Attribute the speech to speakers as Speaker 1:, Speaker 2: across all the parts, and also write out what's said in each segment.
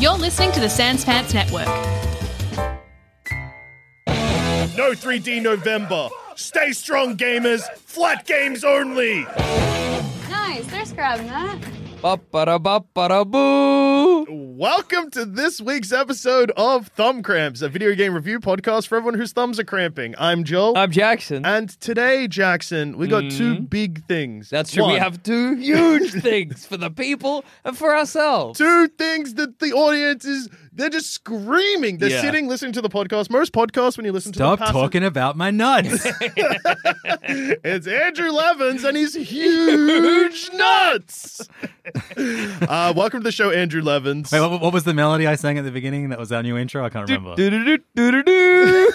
Speaker 1: You're listening to the Sans Pants Network.
Speaker 2: No 3D November. Stay strong, gamers. Flat games only.
Speaker 3: Nice, there's grabbing that.
Speaker 4: Ba-ba-da-ba-ba-da-boo.
Speaker 2: Welcome to this week's episode of Thumb Cramps, a video game review podcast for everyone whose thumbs are cramping. I'm Joel.
Speaker 4: I'm Jackson.
Speaker 2: and today, Jackson, we got two big things.
Speaker 4: That's true. We
Speaker 2: One,
Speaker 4: have two huge things for the people and for ourselves.
Speaker 2: two things that the audience is they're just screaming. They're
Speaker 4: Yeah.
Speaker 2: sitting listening to the podcast. Most podcasts when you listen to the
Speaker 5: Stop
Speaker 2: passive-
Speaker 5: talking about my nuts.
Speaker 2: It's Andrew Levins and he's huge nuts. uh, welcome to the show, Andrew Levins.
Speaker 5: Wait, what, what was the melody I sang at the beginning? That was our new intro. I can't remember.
Speaker 4: Do-do-do-do-do-do.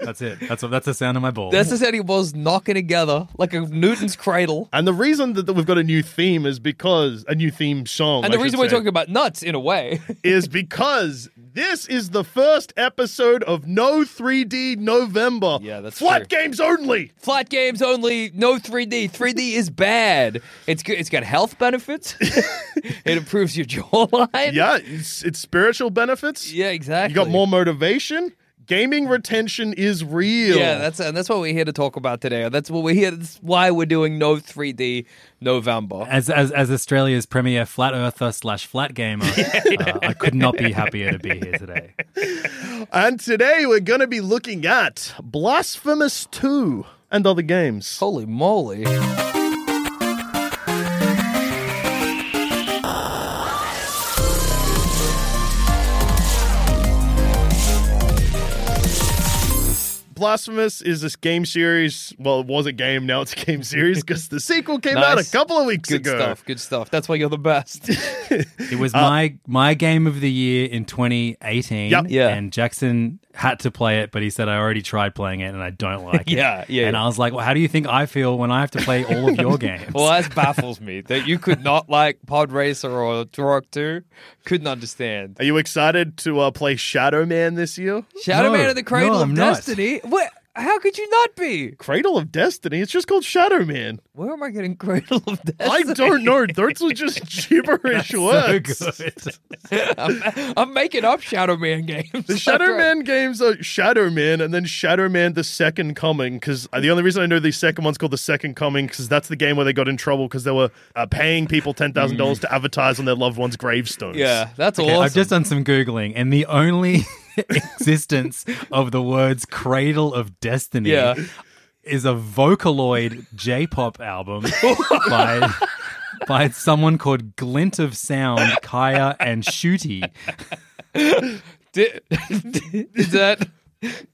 Speaker 5: That's it. That's what- that's the sound of my ball.
Speaker 4: That's the sound he was knocking together like a Newton's cradle.
Speaker 2: And the reason that, that we've got a new theme is because a new theme song.
Speaker 4: And
Speaker 2: I
Speaker 4: the reason
Speaker 2: should
Speaker 4: we're
Speaker 2: say,
Speaker 4: talking about nuts, in a way,
Speaker 2: is because this is the first episode of No 3D November.
Speaker 4: Yeah, that's
Speaker 2: flat
Speaker 4: true.
Speaker 2: games only.
Speaker 4: flat games only, no 3D. 3D is bad. It's good. It's got health benefits. it improves your jawline.
Speaker 2: Yeah, it's, it's spiritual benefits.
Speaker 4: Yeah, exactly.
Speaker 2: You got more motivation. Gaming retention is real.
Speaker 4: Yeah, that's and that's what we're here to talk about today. That's what we're here. That's why we're doing no 3D November.
Speaker 5: as, as as Australia's premier flat earther slash flat gamer, uh, I could not be happier to be here today.
Speaker 2: and today we're going to be looking at Blasphemous 2 and other games.
Speaker 4: Holy moly!
Speaker 2: Blasphemous is this game series. Well, it was a game, now it's a game series because the sequel came out a
Speaker 4: Nice.
Speaker 2: couple of weeks
Speaker 4: Good
Speaker 2: ago.
Speaker 4: stuff. Good stuff. That's why you're the best.
Speaker 5: It
Speaker 4: Uh,
Speaker 5: was my my game of the year in 2018.
Speaker 2: Yep.
Speaker 4: Yeah.
Speaker 5: And Jackson had to play it, but he said I already tried playing it and I don't like
Speaker 4: Yeah,
Speaker 5: it.
Speaker 4: yeah.
Speaker 5: And I was like, well, how do you think I feel when I have to play all of your games?
Speaker 4: well, that baffles me that you could not like Pod Racer or Turok Two. Couldn't understand.
Speaker 2: Are you excited to uh, play Shadow Man this year?
Speaker 4: Shadow
Speaker 5: No,
Speaker 4: Man of the Cradle
Speaker 5: no,
Speaker 4: of
Speaker 5: I'm not.
Speaker 4: Destiny. What? How could you not be?
Speaker 2: Cradle of Destiny? It's just called Shadow Man.
Speaker 4: Where am I getting Cradle of Destiny?
Speaker 2: I don't know. Those are just gibberish
Speaker 5: so
Speaker 2: words.
Speaker 5: good.
Speaker 4: I'm, I'm making up Shadow Man games.
Speaker 2: The Shadow Man games are Shadow Man and then Shadow Man the Second Coming. Because the only reason I know the second one's called the Second Coming because that's the game where they got in trouble because they were uh, paying people ten thousand dollars to advertise on their loved ones' gravestones.
Speaker 4: Mm. Yeah, that's
Speaker 5: Okay,
Speaker 4: awesome.
Speaker 5: I've just done some googling, and the only existence of the words "Cradle of Destiny"
Speaker 4: Yeah.
Speaker 5: is a Vocaloid J-pop album by by someone called Glint of Sound, Kaya, and Shooty.
Speaker 4: Did, is that?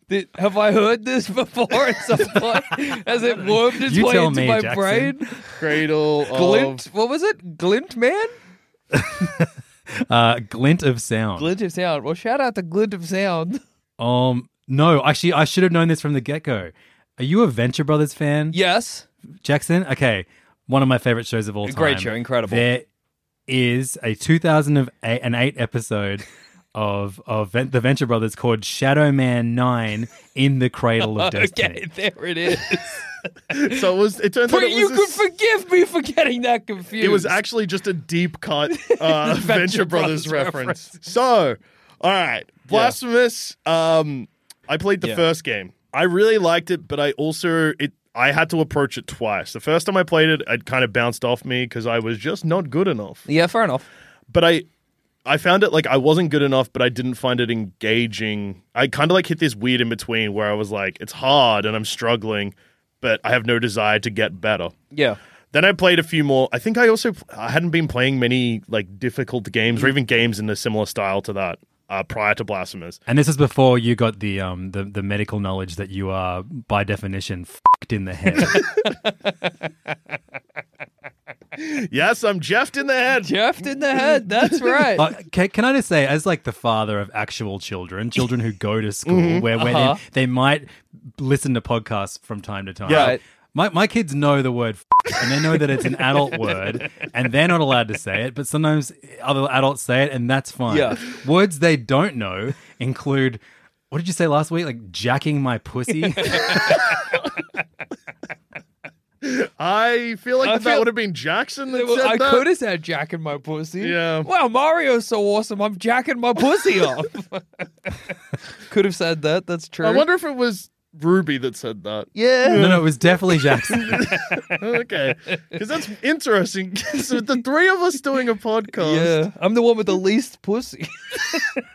Speaker 4: Did, have I heard this before? At some point? Has it wormed its
Speaker 5: You
Speaker 4: way
Speaker 5: tell
Speaker 4: into
Speaker 5: me,
Speaker 4: my
Speaker 5: Jackson. Oh.
Speaker 4: brain?
Speaker 2: Cradle
Speaker 4: Glint.
Speaker 2: of
Speaker 4: What was it? Glint Man.
Speaker 5: Uh, Glint of Sound.
Speaker 4: Glint of Sound. Well, shout out to Glint of Sound.
Speaker 5: Um, no, actually, I should have known this from the get-go. Are you a Venture Brothers fan?
Speaker 4: Yes.
Speaker 5: Jackson, okay, one of my favorite shows of all time.
Speaker 4: Great show, incredible.
Speaker 5: There is a 2008 an eight episode of of Ven- the Venture Brothers called Shadow Man Nine in the Cradle of Destiny.
Speaker 4: Okay, there it is.
Speaker 2: So it was. It turns out
Speaker 4: but
Speaker 2: it was
Speaker 4: you
Speaker 2: a
Speaker 4: could
Speaker 2: s-
Speaker 4: forgive me for getting that confused.
Speaker 2: It was actually just a deep cut uh, Venture,
Speaker 4: Venture
Speaker 2: Brothers,
Speaker 4: Brothers
Speaker 2: reference. So, all right, Blasphemous. Um, I played the
Speaker 4: Yeah.
Speaker 2: first game. I really liked it, but I also it I had to approach it twice. The first time I played it, it kind of bounced off me because I was just not good enough.
Speaker 4: Yeah, fair enough.
Speaker 2: But I I found it like I wasn't good enough, but I didn't find it engaging. I kind of like hit this weird in between where I was like, it's hard and I'm struggling, but I have no desire to get better.
Speaker 4: Yeah.
Speaker 2: Then I played a few more. I think I also I hadn't been playing many like difficult
Speaker 4: Mm.
Speaker 2: games or even games in a similar style to that uh, prior to Blasphemous.
Speaker 5: And this is before you got the um the, the medical knowledge that you are by definition fucked in the head.
Speaker 2: Yes, I'm Jeffed in the head.
Speaker 4: Jeffed in the head. That's right.
Speaker 5: Uh, can, can I just say, as like the father of actual children, children who go to school, where where
Speaker 4: Uh-huh.
Speaker 5: they, they might listen to podcasts from time to time.
Speaker 2: Yeah.
Speaker 4: Right.
Speaker 5: My, my kids know the word f- and they know that it's an adult word and they're not allowed to say it, but sometimes other adults say it and that's fine.
Speaker 4: Yeah.
Speaker 5: Words they don't know include what did you say last week? Like jacking my pussy?
Speaker 2: I feel like
Speaker 4: I
Speaker 2: that
Speaker 4: feel-
Speaker 2: would have been Jackson that
Speaker 4: Well,
Speaker 2: said
Speaker 4: I
Speaker 2: that.
Speaker 4: could have said Jack and my pussy.
Speaker 2: Yeah.
Speaker 4: Wow, Mario's so awesome. I'm jacking my pussy off. could have said that. That's true.
Speaker 2: I wonder if it was Ruby that said that.
Speaker 4: Yeah.
Speaker 5: no, no, it was definitely Jackson.
Speaker 2: okay, because that's interesting. so the three of us doing a podcast,
Speaker 4: Yeah. I'm the one with the least pussy.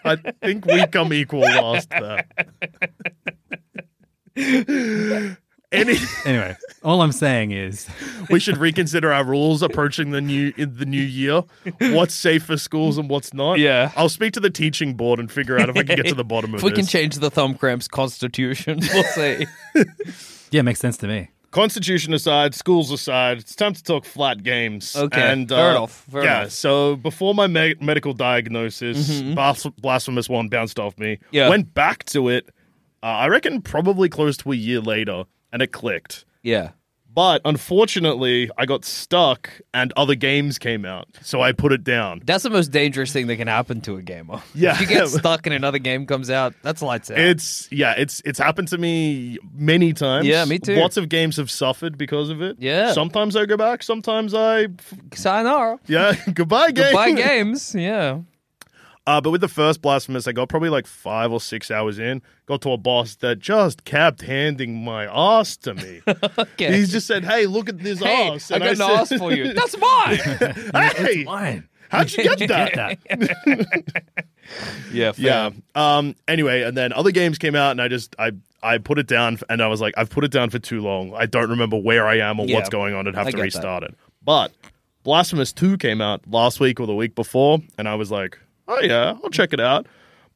Speaker 2: I think we come equal last there. Any,
Speaker 5: anyway, all I'm saying is
Speaker 2: we should reconsider our rules approaching the new in the new year. What's safe for schools and what's not?
Speaker 4: Yeah.
Speaker 2: I'll speak to the teaching board and figure out if I can get to the bottom of
Speaker 4: if we
Speaker 2: this.
Speaker 4: can change the thumb cramps constitution, we'll see.
Speaker 5: yeah, makes sense to me.
Speaker 2: Constitution aside, schools aside, it's time to talk flat games.
Speaker 4: Okay,
Speaker 2: and, uh,
Speaker 4: fair enough, fair
Speaker 2: yeah,
Speaker 4: enough. Mm-hmm.
Speaker 2: so before my me- medical diagnosis, Blas- Blasphemous One bounced off me.
Speaker 4: Yeah.
Speaker 2: went back to it. Uh, I reckon probably close to a year later, and it clicked.
Speaker 4: yeah.
Speaker 2: But unfortunately, I got stuck, and other games came out, so I put it down.
Speaker 4: That's the most dangerous thing that can happen to a gamer.
Speaker 2: Yeah.
Speaker 4: If you get stuck and another game comes out, that's lights out.
Speaker 2: It's yeah, it's it's happened to me many times.
Speaker 4: Yeah, me too.
Speaker 2: Lots of games have suffered because of it.
Speaker 4: Yeah.
Speaker 2: sometimes I go back, sometimes I
Speaker 4: Sayonara.
Speaker 2: yeah. goodbye, game.
Speaker 4: Buy games. Yeah.
Speaker 2: Uh, but with the first Blasphemous, I got probably like five or six hours in, got to a boss that just kept handing my ass to me.
Speaker 4: Okay.
Speaker 2: He just said, Hey, look at this
Speaker 4: hey,
Speaker 2: ass.
Speaker 4: I got an ass for you. That's mine.
Speaker 2: hey,
Speaker 5: Fine.
Speaker 2: how'd you get that?
Speaker 4: yeah.
Speaker 2: Yeah. Um, anyway, and then other games came out, and I just, I, I put it down, and I was like, I've put it down for too long. I don't remember where I am or
Speaker 4: Yeah.
Speaker 2: what's going on. I'd have
Speaker 4: I
Speaker 2: to
Speaker 4: get that.
Speaker 2: restart it. But Blasphemous 2 came out last week or the week before, and I was like, oh, yeah, I'll check it out.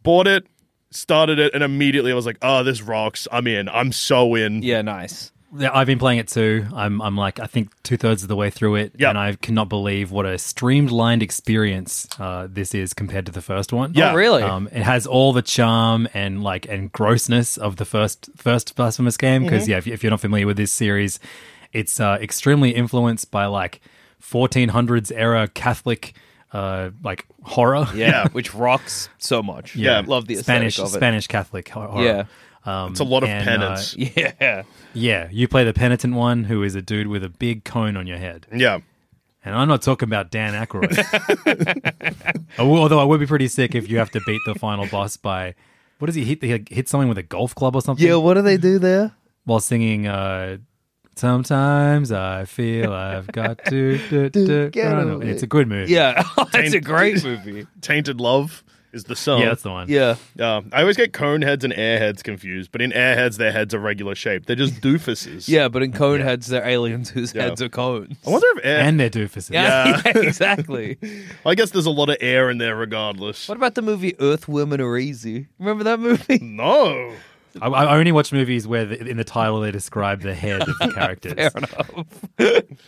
Speaker 2: Bought it, started it, and immediately I was like, oh, this rocks. I'm in. I'm so in.
Speaker 4: Yeah. Nice.
Speaker 5: Yeah, I've been playing it too. I'm I'm like I think two thirds of the way through it,
Speaker 2: Yep.
Speaker 5: and I cannot believe what a streamlined experience uh, this is compared to the first one.
Speaker 2: Yeah.
Speaker 4: Oh, really?
Speaker 5: Um, it has all the charm and like and grossness of the first first blasphemous game because
Speaker 4: Mm-hmm.
Speaker 5: yeah, if, you- if you're not familiar with this series, it's uh, extremely influenced by like 1400s era Catholic uh, like horror.
Speaker 4: yeah. Which rocks so much.
Speaker 2: Yeah.
Speaker 4: Love the
Speaker 5: Spanish
Speaker 4: aesthetic of it.
Speaker 5: Spanish Catholic hor- horror.
Speaker 4: Yeah.
Speaker 5: Um,
Speaker 2: It's a lot of
Speaker 5: and, uh,
Speaker 2: penance.
Speaker 4: Yeah.
Speaker 5: yeah, you play the penitent one who is a dude with a big cone on your head.
Speaker 2: yeah.
Speaker 5: And I'm not talking about Dan Aykroyd. I will- Although I would be pretty sick if you have to beat the final boss by what does he hit? He like, hit someone with a golf club or something
Speaker 4: What do they do there?
Speaker 5: while singing. Uh, Sometimes I feel I've got to. do, do,
Speaker 4: get
Speaker 5: run
Speaker 4: away.
Speaker 5: away." It's a good movie.
Speaker 4: Yeah. it's a great movie.
Speaker 2: Tainted Love is the song.
Speaker 5: yeah, that's the one.
Speaker 4: Oh, Yeah.
Speaker 2: Uh, I always get cone heads and airheads confused, but in airheads, their heads are regular shape. They're just doofuses.
Speaker 4: Yeah. But in cone heads, they're aliens whose heads are cones.
Speaker 2: I wonder if air.
Speaker 5: and they're doofuses.
Speaker 4: Yeah. yeah. Exactly.
Speaker 2: I guess there's a lot of air in there, regardless.
Speaker 4: What about the movie Earth, Women Are Easy? Remember that movie?
Speaker 2: No.
Speaker 5: I, I only watch movies where the, in the title they describe the head of the characters.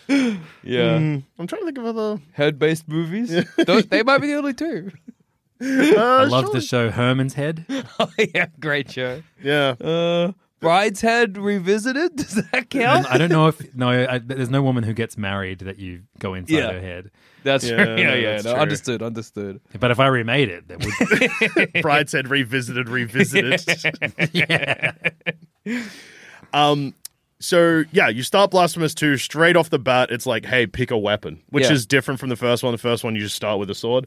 Speaker 4: Yeah.
Speaker 2: Hmm. I'm trying to think of other.
Speaker 4: Head based movies? Those, they might be the only two.
Speaker 2: uh,
Speaker 5: I love the show Herman's Head.
Speaker 4: oh, yeah. Great show.
Speaker 2: Yeah.
Speaker 4: Uh, Bride's Head Revisited? Does that count?
Speaker 5: And I don't know if no, I, there's no woman who gets married that you go inside
Speaker 4: Yeah.
Speaker 5: her head.
Speaker 4: That's
Speaker 2: Yeah,
Speaker 4: true. Yeah, yeah.
Speaker 2: that's
Speaker 4: no,
Speaker 2: true.
Speaker 4: Understood, understood.
Speaker 5: But if I remade it, that would
Speaker 2: Bride said revisited, revisited. Um. So yeah, you start Blasphemous two straight off the bat. It's like, hey, pick a weapon, which
Speaker 4: Yeah. Mm-hmm.
Speaker 2: is different from the first one. The first one you just start with a sword.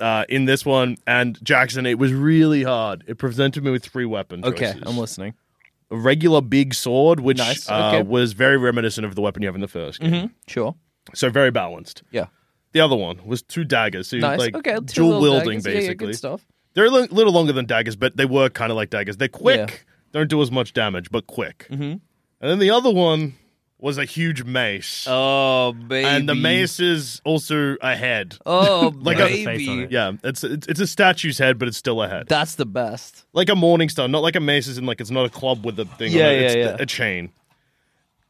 Speaker 2: Uh, in this one and Jackson, it was really hard. It presented me with three weapon
Speaker 4: Okay,
Speaker 2: choices.
Speaker 4: I'm listening.
Speaker 2: a regular big sword, which
Speaker 4: Nice,
Speaker 2: uh,
Speaker 4: okay. Mm-hmm.
Speaker 2: was very reminiscent of the weapon you have in the first game.
Speaker 4: Sure.
Speaker 2: So very balanced.
Speaker 4: Yeah.
Speaker 2: The other one was two daggers, so you,
Speaker 4: Nice.
Speaker 2: like
Speaker 4: okay. two
Speaker 2: dual
Speaker 4: little
Speaker 2: wielding,
Speaker 4: daggers. Yeah,
Speaker 2: basically.
Speaker 4: yeah, good stuff.
Speaker 2: They're a li- little longer than daggers, but they work kind of like daggers. They're quick,
Speaker 4: Yeah.
Speaker 2: don't do as much damage, but quick. Mm-hmm. And then the other one was a huge mace,
Speaker 4: Oh baby.
Speaker 2: and the mace is also a head.
Speaker 4: Oh
Speaker 2: Like a-
Speaker 5: Face on
Speaker 4: baby.
Speaker 5: it.
Speaker 2: Yeah, it's, it's it's a statue's head, but it's still a head,
Speaker 4: That's the best.
Speaker 2: like a morning star, not like a mace is in like it's not a club with a thing.
Speaker 4: Yeah,
Speaker 2: on it. it's
Speaker 4: yeah,
Speaker 2: th-
Speaker 4: yeah.
Speaker 2: a chain.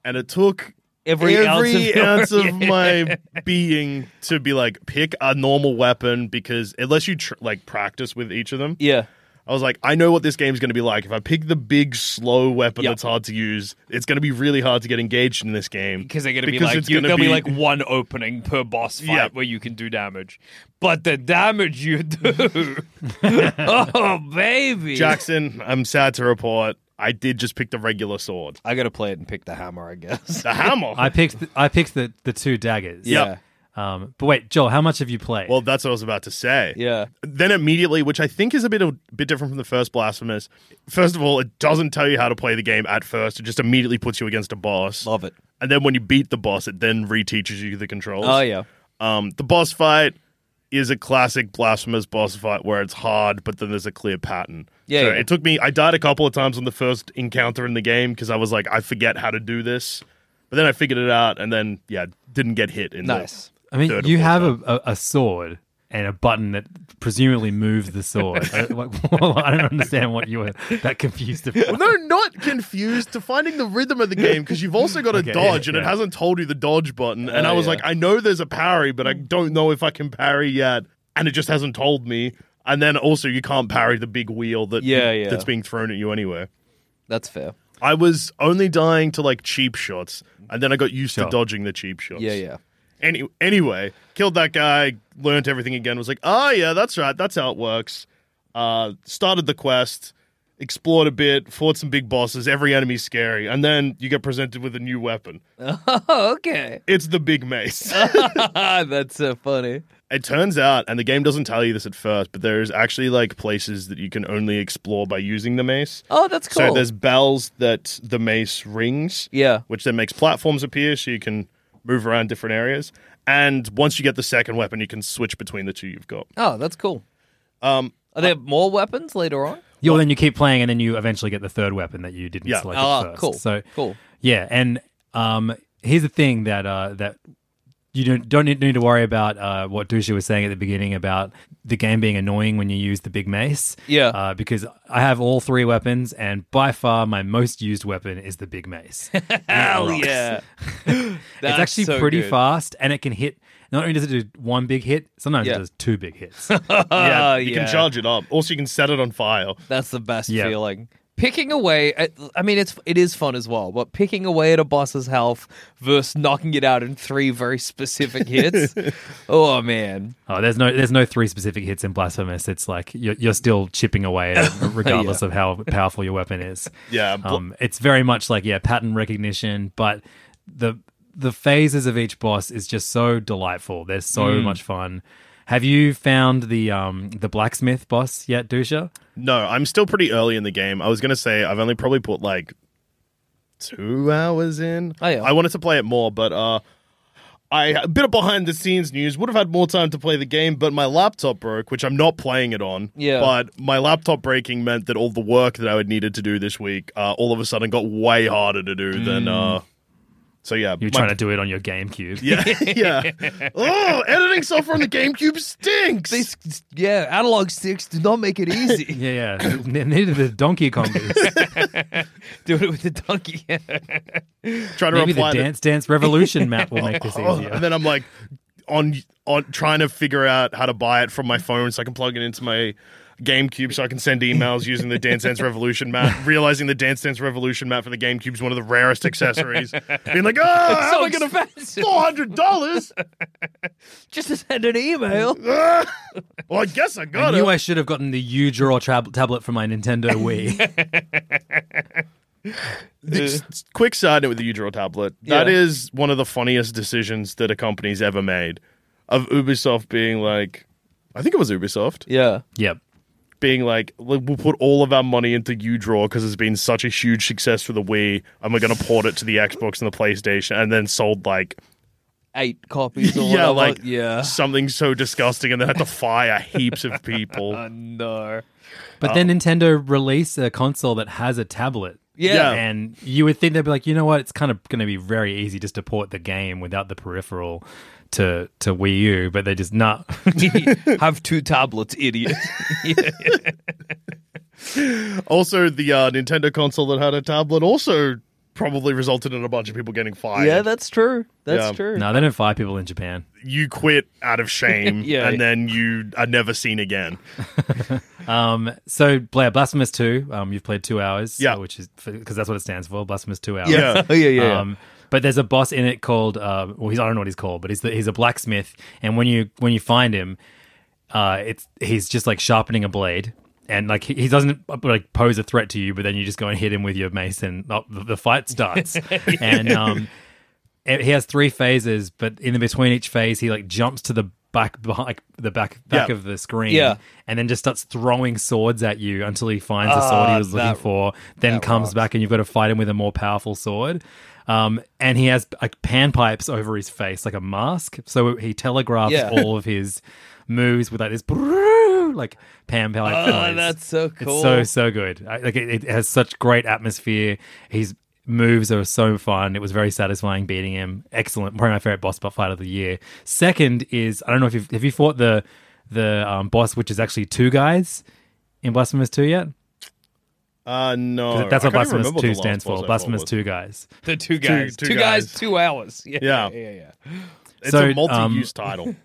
Speaker 2: And it took
Speaker 4: Every,
Speaker 2: every
Speaker 4: ounce
Speaker 2: ounce
Speaker 4: of,
Speaker 2: of my being to be like pick a normal weapon because unless you tr- like practice with each of them
Speaker 4: yeah.
Speaker 2: i was like i know what this game's going to be like if i pick the big slow weapon
Speaker 4: Yep.
Speaker 2: that's hard to use it's going to be really hard to get engaged in this game
Speaker 4: because they're going to be
Speaker 2: because
Speaker 4: like
Speaker 2: it's
Speaker 4: you,
Speaker 2: gonna
Speaker 4: there'll be like one opening per boss fight
Speaker 2: Yeah.
Speaker 4: where you can do damage, but the damage you do, oh baby,
Speaker 2: jackson i'm sad to report i did just pick the regular sword
Speaker 4: I got to play it and pick the hammer, I guess.
Speaker 2: the hammer
Speaker 5: I picked th- I picked the, the two daggers.
Speaker 2: Yep.
Speaker 5: Um, but wait, Joel, how much have you played?
Speaker 2: well that's what i was about to say
Speaker 4: yeah,
Speaker 2: then immediately, which I think is a bit a bit different from the first Blasphemous. First of all, it doesn't tell you how to play the game at first. It just immediately puts you against a boss.
Speaker 4: love it.
Speaker 2: And then when you beat the boss, it then reteaches you the controls.
Speaker 4: Oh yeah,
Speaker 2: Um, the boss fight is a classic Blasphemous boss fight where it's hard, but then there's a clear pattern.
Speaker 4: Yeah,
Speaker 2: So
Speaker 4: yeah.
Speaker 2: It took me. I died a couple of times on the first encounter in the game because I was like, I forget how to do this. But then I figured it out, and then yeah, didn't get hit. In the-
Speaker 4: Nice.
Speaker 5: I mean,
Speaker 2: third or
Speaker 5: you
Speaker 2: fourth
Speaker 5: have a, a, a sword and a button that presumably moves the sword. I, like, well, I don't understand what you were that confused about.
Speaker 2: No, not confused to finding the rhythm of the game because you've also got a
Speaker 5: Okay,
Speaker 2: dodge
Speaker 5: yeah,
Speaker 2: and it
Speaker 5: yeah.
Speaker 2: hasn't told you the dodge button. And
Speaker 4: Oh,
Speaker 2: I was
Speaker 4: yeah. Hmm.
Speaker 2: like, I know there's a parry, but I don't know if I can parry yet. And it just hasn't told me. And then also, you can't parry the big wheel that
Speaker 4: Yeah, yeah.
Speaker 2: that's being thrown at you anyway.
Speaker 4: that's fair.
Speaker 2: I was only dying to like cheap shots, and then I got used to
Speaker 5: Sure.
Speaker 2: dodging the cheap shots.
Speaker 4: Yeah, yeah.
Speaker 2: Any- anyway, killed that guy, learnt everything again, was like, oh, yeah, that's right. That's how it works. Uh, started the quest, explored a bit, fought some big bosses. Every enemy's scary. And then you get presented with a new weapon.
Speaker 4: Oh, okay,
Speaker 2: It's the big mace.
Speaker 4: that's so funny.
Speaker 2: it turns out, and the game doesn't tell you this at first, but there's actually like places that you can only explore by using the mace.
Speaker 4: Oh, that's cool.
Speaker 2: So there's bells that the mace rings.
Speaker 4: Yeah.
Speaker 2: Which then makes platforms appear so you can move around different areas. And once you get the second weapon, you can switch between the two you've got.
Speaker 4: oh, that's cool.
Speaker 2: Um,
Speaker 4: Are there more weapons later on?
Speaker 5: Yeah, well, then you keep playing, and then you eventually get the third weapon that you didn't
Speaker 2: Yeah.
Speaker 5: select
Speaker 4: Ah,
Speaker 5: at first.
Speaker 4: cool,
Speaker 5: So
Speaker 4: cool.
Speaker 5: Yeah, and um, here's the thing that uh, that you don't don't need, need to worry about uh, what Dusha was saying at the beginning about the game being annoying when you use the big mace.
Speaker 4: Yeah.
Speaker 5: uh, because I have all three weapons, and by far my most used weapon is the big mace. And it
Speaker 4: Hell
Speaker 5: rocks.
Speaker 4: yeah,
Speaker 5: it's
Speaker 4: Oh, That's
Speaker 5: actually
Speaker 4: so
Speaker 5: pretty
Speaker 4: good.
Speaker 5: fast, and it can hit. Not only does it do one big hit, sometimes
Speaker 4: Yeah.
Speaker 5: it does two big hits.
Speaker 2: yeah,
Speaker 4: Oh,
Speaker 2: you
Speaker 4: yeah.
Speaker 2: can charge it up. Also, you can set it on fire.
Speaker 4: That's the best
Speaker 5: Yeah.
Speaker 4: feeling. Picking away, at, I mean, it's it is fun as well, but picking away at a boss's health versus knocking it out in three very specific hits. oh man,
Speaker 5: Oh, there's no there's no three specific hits in Blasphemous. It's like you're, you're still chipping away at it, regardless of how powerful your weapon is.
Speaker 2: Yeah, bl-
Speaker 5: um, it's very much like yeah, pattern recognition, but the the phases of each boss is just so delightful. They're so
Speaker 2: Mm.
Speaker 5: much fun. Have you found the um the blacksmith boss yet, Dusha?
Speaker 2: No, I'm still pretty early in the game. I was going to say I've only probably put like two hours in.
Speaker 4: Oh, yeah.
Speaker 2: I wanted to play it more, but uh, I a bit of behind the scenes news would have had more time to play the game, but my laptop broke, which I'm not playing it on.
Speaker 4: Yeah.
Speaker 2: But my laptop breaking meant that all the work that I would needed to do this week, uh, all of a sudden got way harder to do than.
Speaker 4: Mm.
Speaker 2: Uh, so yeah,
Speaker 5: You're trying to do it on your GameCube.
Speaker 2: Yeah, yeah. oh, editing software on the GameCube stinks.
Speaker 4: this yeah, analog sticks do not make it easy.
Speaker 5: Yeah, yeah. N- Neither the Donkey Kong is.
Speaker 4: Doing it with the donkey.
Speaker 2: trying to
Speaker 5: Maybe the
Speaker 2: reply to-
Speaker 5: Dance Dance Revolution map will make this
Speaker 2: Oh,
Speaker 5: easier.
Speaker 2: and then I'm like on on trying to figure out how to buy it from my phone so I can plug it into my GameCube so I can send emails using the Dance Dance Revolution map. Realizing the Dance Dance Revolution map for the GameCube is one of the rarest accessories. Being like, oh, how
Speaker 4: so
Speaker 2: am I going to
Speaker 4: expensive.
Speaker 2: four hundred dollars?
Speaker 4: Just to send an email.
Speaker 2: Ah. Well, I guess I
Speaker 5: I
Speaker 2: got
Speaker 5: knew
Speaker 2: it.
Speaker 5: I should have gotten the U Draw tab- tablet for my Nintendo Wii.
Speaker 2: This- Quick side note with the Udro tablet. That
Speaker 4: Yeah.
Speaker 2: is one of the funniest decisions that a company's ever made. Of Ubisoft being like, I think it was Ubisoft
Speaker 4: Yeah,
Speaker 5: yep.
Speaker 2: being like, "Look, we'll put all of our money into UDraw because it's been such a huge success for the Wii, and we're going to port it to the Xbox and the PlayStation, and then sold like
Speaker 4: Eight copies or
Speaker 2: yeah,
Speaker 4: whatever.
Speaker 2: like
Speaker 4: yeah.
Speaker 2: something so disgusting, and then had to fire heaps of
Speaker 4: Uh,
Speaker 2: people.
Speaker 4: No.
Speaker 5: But then Nintendo released a console that has a tablet.
Speaker 4: Yeah.
Speaker 2: Yeah.
Speaker 5: And you would think they'd be like, you know what? It's kind of going to be very easy just to port the game without the peripheral to to Wii U, but they just not.
Speaker 4: Have two tablets, idiot.
Speaker 2: Also, the uh, Nintendo console that had a tablet also probably resulted in a bunch of people getting fired.
Speaker 4: yeah, that's true. That's
Speaker 2: Yeah.
Speaker 4: true.
Speaker 5: no, they don't fire people in Japan.
Speaker 2: you quit out of shame,
Speaker 4: Yeah.
Speaker 2: and then you are never seen again.
Speaker 5: So, Blair, Blasphemous 2, um, you've played two hours.
Speaker 2: Yeah.
Speaker 5: uh, Which is, because that's what it stands for, Blasphemous 2 hours.
Speaker 2: Yeah.
Speaker 4: Oh, yeah, yeah. yeah.
Speaker 5: Um, but there's a boss in it called uh, well, he's I don't know what he's called, but he's the, he's a blacksmith, and when you when you find him, uh, it's he's just like sharpening a blade, and like he, he doesn't uh, like pose a threat to you, but then you just go and hit him with your mace, and uh, the the fight starts, and um, it- he has three phases, but in the between each phase, he like jumps to the back behind like, the back back
Speaker 2: Yeah.
Speaker 5: of the screen,
Speaker 4: Yeah.
Speaker 5: and then just starts throwing swords at you until he finds the sword he was looking for. Then comes back, and you've got to fight him with a more powerful sword. Um, and he has like panpipes over his face, like a mask, so he telegraphs
Speaker 4: Yeah.
Speaker 5: all of his moves with like this. brrrr, Like pan pipe.
Speaker 4: Oh,
Speaker 5: noise.
Speaker 4: that's so cool.
Speaker 5: It's so so good. I, like it, it has such great atmosphere. His moves are so fun. It was very satisfying beating him. Excellent. Probably my favorite boss fight of the year. Second is I don't know if you've have you fought the the um, boss, which is actually two guys in Blasphemous Two yet.
Speaker 2: Uh, no,
Speaker 5: 'Cause that's
Speaker 2: I can't even
Speaker 5: what Blasphemous
Speaker 2: remember
Speaker 5: Two
Speaker 2: the last
Speaker 5: stands
Speaker 2: boss
Speaker 5: for.
Speaker 2: I
Speaker 5: Blasphemous
Speaker 2: fought
Speaker 5: Two guys.
Speaker 4: the two guys. Two,
Speaker 2: two
Speaker 4: guys.
Speaker 2: guys.
Speaker 4: two hours. Yeah.
Speaker 2: Yeah.
Speaker 4: Yeah, yeah.
Speaker 2: with. It's
Speaker 5: So, um,
Speaker 2: a multi-use title.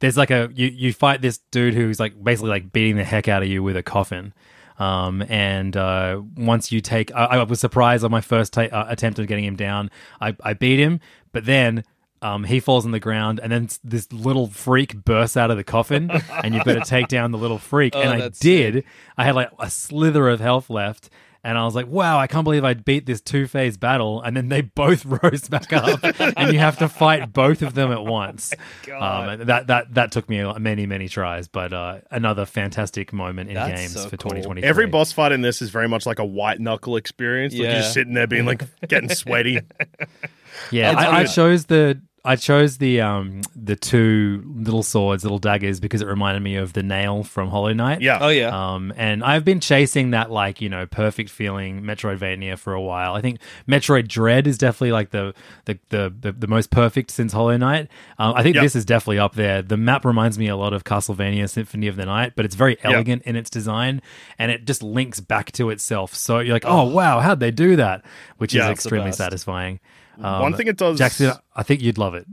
Speaker 5: there's like a you you fight this dude who's like basically like beating the heck out of you with a coffin. Um, and uh, once you take, I, I was surprised on my first ta- uh, attempt of getting him down. I, I beat him, but then um, he falls on the ground, and then s- this little freak bursts out of the coffin, and you've got to take down the little freak. and I
Speaker 4: that's
Speaker 5: did. I had like a slither of health left. And I was like, wow, I can't believe I beat this two phase battle. And then they both rose back up, and you have to fight both of them at once.
Speaker 4: Oh
Speaker 5: Um, and that, that, that took me many, many tries, but uh, another fantastic moment in
Speaker 4: That's
Speaker 5: games
Speaker 4: so
Speaker 5: for
Speaker 4: cool.
Speaker 5: 2023.
Speaker 2: Every boss fight in this is very much like a white knuckle experience. Like
Speaker 4: Yeah.
Speaker 2: you're just sitting there being like getting sweaty.
Speaker 5: Yeah,
Speaker 4: That's
Speaker 5: I, I
Speaker 4: good.
Speaker 5: chose the I chose the um the two little swords, little daggers, because it reminded me of the nail from Hollow Knight.
Speaker 2: Yeah.
Speaker 4: Oh, yeah.
Speaker 5: Um, and I've been chasing that like you know perfect feeling Metroidvania for a while. I think Metroid Dread is definitely like the the the, the, the most perfect since Hollow Knight. Um, I think
Speaker 2: Yep.
Speaker 5: this is definitely up there. The map reminds me a lot of Castlevania Symphony of the Night, but it's very elegant in its design, and it just links back to itself. So you're like, oh wow, how'd they do that? Which
Speaker 2: Yeah,
Speaker 5: is
Speaker 2: it's the
Speaker 5: extremely
Speaker 4: best.
Speaker 5: satisfying. Um,
Speaker 2: One thing it does-
Speaker 5: Jackson, I think you'd love it.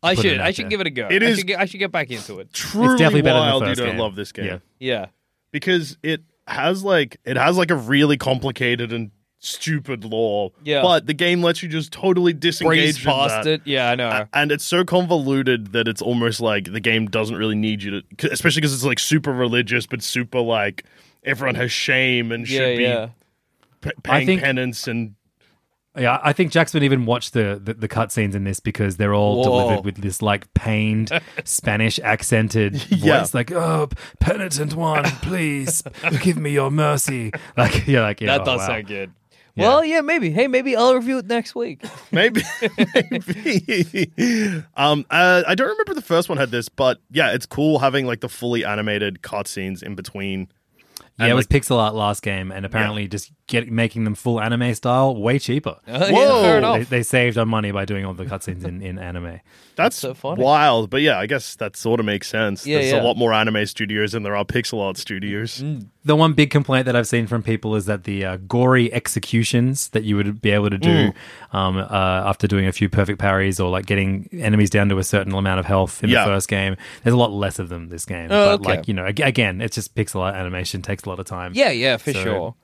Speaker 4: I
Speaker 5: Put it
Speaker 4: should.
Speaker 5: out
Speaker 4: I should
Speaker 5: there.
Speaker 4: give it a go.
Speaker 2: It
Speaker 4: I
Speaker 2: is-
Speaker 4: Should get, I should get back into it.
Speaker 2: Truly
Speaker 5: it's definitely better
Speaker 2: wild
Speaker 5: than the first
Speaker 2: you don't
Speaker 5: game.
Speaker 2: love this game.
Speaker 5: Yeah.
Speaker 4: Yeah.
Speaker 2: Because it has like it has like a really complicated and stupid lore.
Speaker 4: Yeah.
Speaker 2: But the game lets you just totally disengage
Speaker 4: Breeze
Speaker 2: from
Speaker 4: past
Speaker 2: that.
Speaker 4: it. Yeah, I know.
Speaker 2: A- And it's so convoluted that it's almost like the game doesn't really need you to, c- especially because it's like super religious, but super like everyone has shame and
Speaker 4: yeah,
Speaker 2: should be
Speaker 4: yeah.
Speaker 2: p-
Speaker 5: I
Speaker 2: paying
Speaker 5: think-
Speaker 2: penance and
Speaker 5: Yeah, I think Jackson even watched the the, the cutscenes in this because they're all
Speaker 4: Whoa.
Speaker 5: delivered with this like pained Spanish accented voice,
Speaker 2: Yeah.
Speaker 5: like "Oh, penitent one, please give me your mercy." Like, yeah, like yeah,
Speaker 4: That
Speaker 5: oh,
Speaker 4: does
Speaker 5: wow.
Speaker 4: sound good. Well, yeah, maybe. Hey, maybe I'll review it next week.
Speaker 2: maybe maybe um uh, i don't remember the first one had this but yeah it's cool having like the fully animated cutscenes in between
Speaker 5: Yeah, it was pixel art last game, and apparently just get making them full anime style way cheaper.
Speaker 4: Oh, yeah, fair
Speaker 5: They,
Speaker 4: enough.
Speaker 5: they saved on money by doing all the cutscenes in, in anime.
Speaker 2: that's,
Speaker 4: so funny.
Speaker 2: wild but yeah i guess that sort of makes sense
Speaker 4: Yeah,
Speaker 2: there's
Speaker 4: yeah. Mm-hmm.
Speaker 2: a lot more anime studios than there are pixel art studios
Speaker 5: The one big complaint that I've seen from people is that the uh, gory executions that you would be able to do um, uh, after doing a few perfect parries or like getting enemies down to a certain amount of health in
Speaker 2: Yeah.
Speaker 5: the first game, there's a lot less of them this game.
Speaker 4: Oh,
Speaker 5: but
Speaker 4: okay.
Speaker 5: like you know, ag- again, it's just pixel art animation takes a lot of time.
Speaker 4: Yeah, yeah, for
Speaker 5: So-
Speaker 4: sure.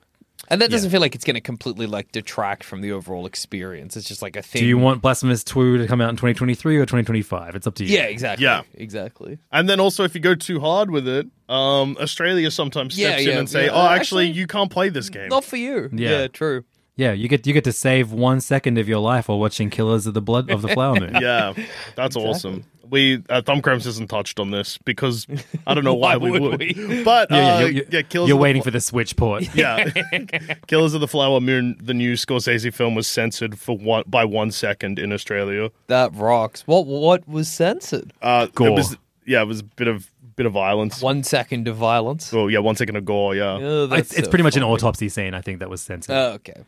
Speaker 4: And that doesn't feel like it's going to completely like detract from the overall experience. It's just like a thing.
Speaker 5: Do you want Blasphemous 2 to come out in 2023 or 2025? It's up to you.
Speaker 4: Yeah, exactly.
Speaker 2: Yeah.
Speaker 4: exactly.
Speaker 2: and then also if you go too hard with it um australia sometimes
Speaker 4: Yeah,
Speaker 2: steps
Speaker 4: yeah,
Speaker 2: in and say
Speaker 4: yeah. uh,
Speaker 2: oh actually,
Speaker 4: Actually-
Speaker 2: you can't play this game
Speaker 4: Not for you.
Speaker 5: Yeah.
Speaker 4: true.
Speaker 5: Yeah, you get you get to save one second of your life while watching Killers of the Blood of the Flower Moon.
Speaker 2: yeah that's awesome we uh, Thumbcramps isn't touched on this because I don't know why,
Speaker 4: Why
Speaker 2: we
Speaker 4: would
Speaker 2: would.
Speaker 4: we?
Speaker 2: But uh,
Speaker 5: Yeah,
Speaker 2: yeah,
Speaker 5: yeah, you're, you're,
Speaker 2: Killers
Speaker 5: you're
Speaker 2: of the
Speaker 5: waiting
Speaker 2: Fl-
Speaker 5: for the switch port.
Speaker 2: yeah, Killers of the Flower Moon, the new Scorsese film, was censored for one by one second in Australia.
Speaker 4: That rocks. What what was censored?
Speaker 2: Uh,
Speaker 5: Gore.
Speaker 2: It was, yeah, it was a bit of bit of violence.
Speaker 4: One second of violence.
Speaker 2: Well, yeah, one second of gore. Yeah,
Speaker 4: Oh, that's
Speaker 5: It's, it's
Speaker 4: so
Speaker 5: pretty much an
Speaker 4: funny.
Speaker 5: autopsy scene, I think, that was censored.
Speaker 4: Oh, okay.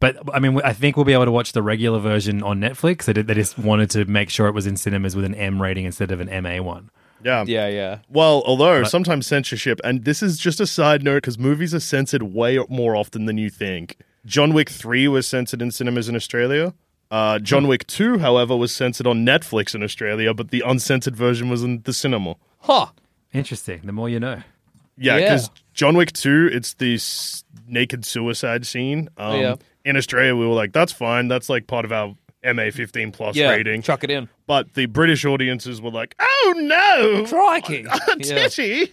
Speaker 5: but I mean, I think we'll be able to watch the regular version on Netflix. They, did- they just wanted to make sure it was in cinemas with an M rating instead of an MA one.
Speaker 2: yeah,
Speaker 4: Yeah, yeah.
Speaker 2: Well, although sometimes censorship, and this is just a side note because movies are censored way more often than you think. John Wick 3 was censored in cinemas in Australia. Uh, John Wick 2, however, was censored on Netflix in Australia, but the uncensored version was in the cinema.
Speaker 4: Huh.
Speaker 5: Interesting. The more you know.
Speaker 2: Yeah,
Speaker 4: Yeah.
Speaker 2: because John Wick 2, it's the s- naked suicide scene. Um,
Speaker 4: Yeah.
Speaker 2: In Australia, we were like, that's fine. That's like part of our MA 15 plus
Speaker 4: Yeah.
Speaker 2: rating.
Speaker 4: Chuck it in.
Speaker 2: But the British audiences were like, oh no!
Speaker 4: Crikey. yeah.
Speaker 2: titty.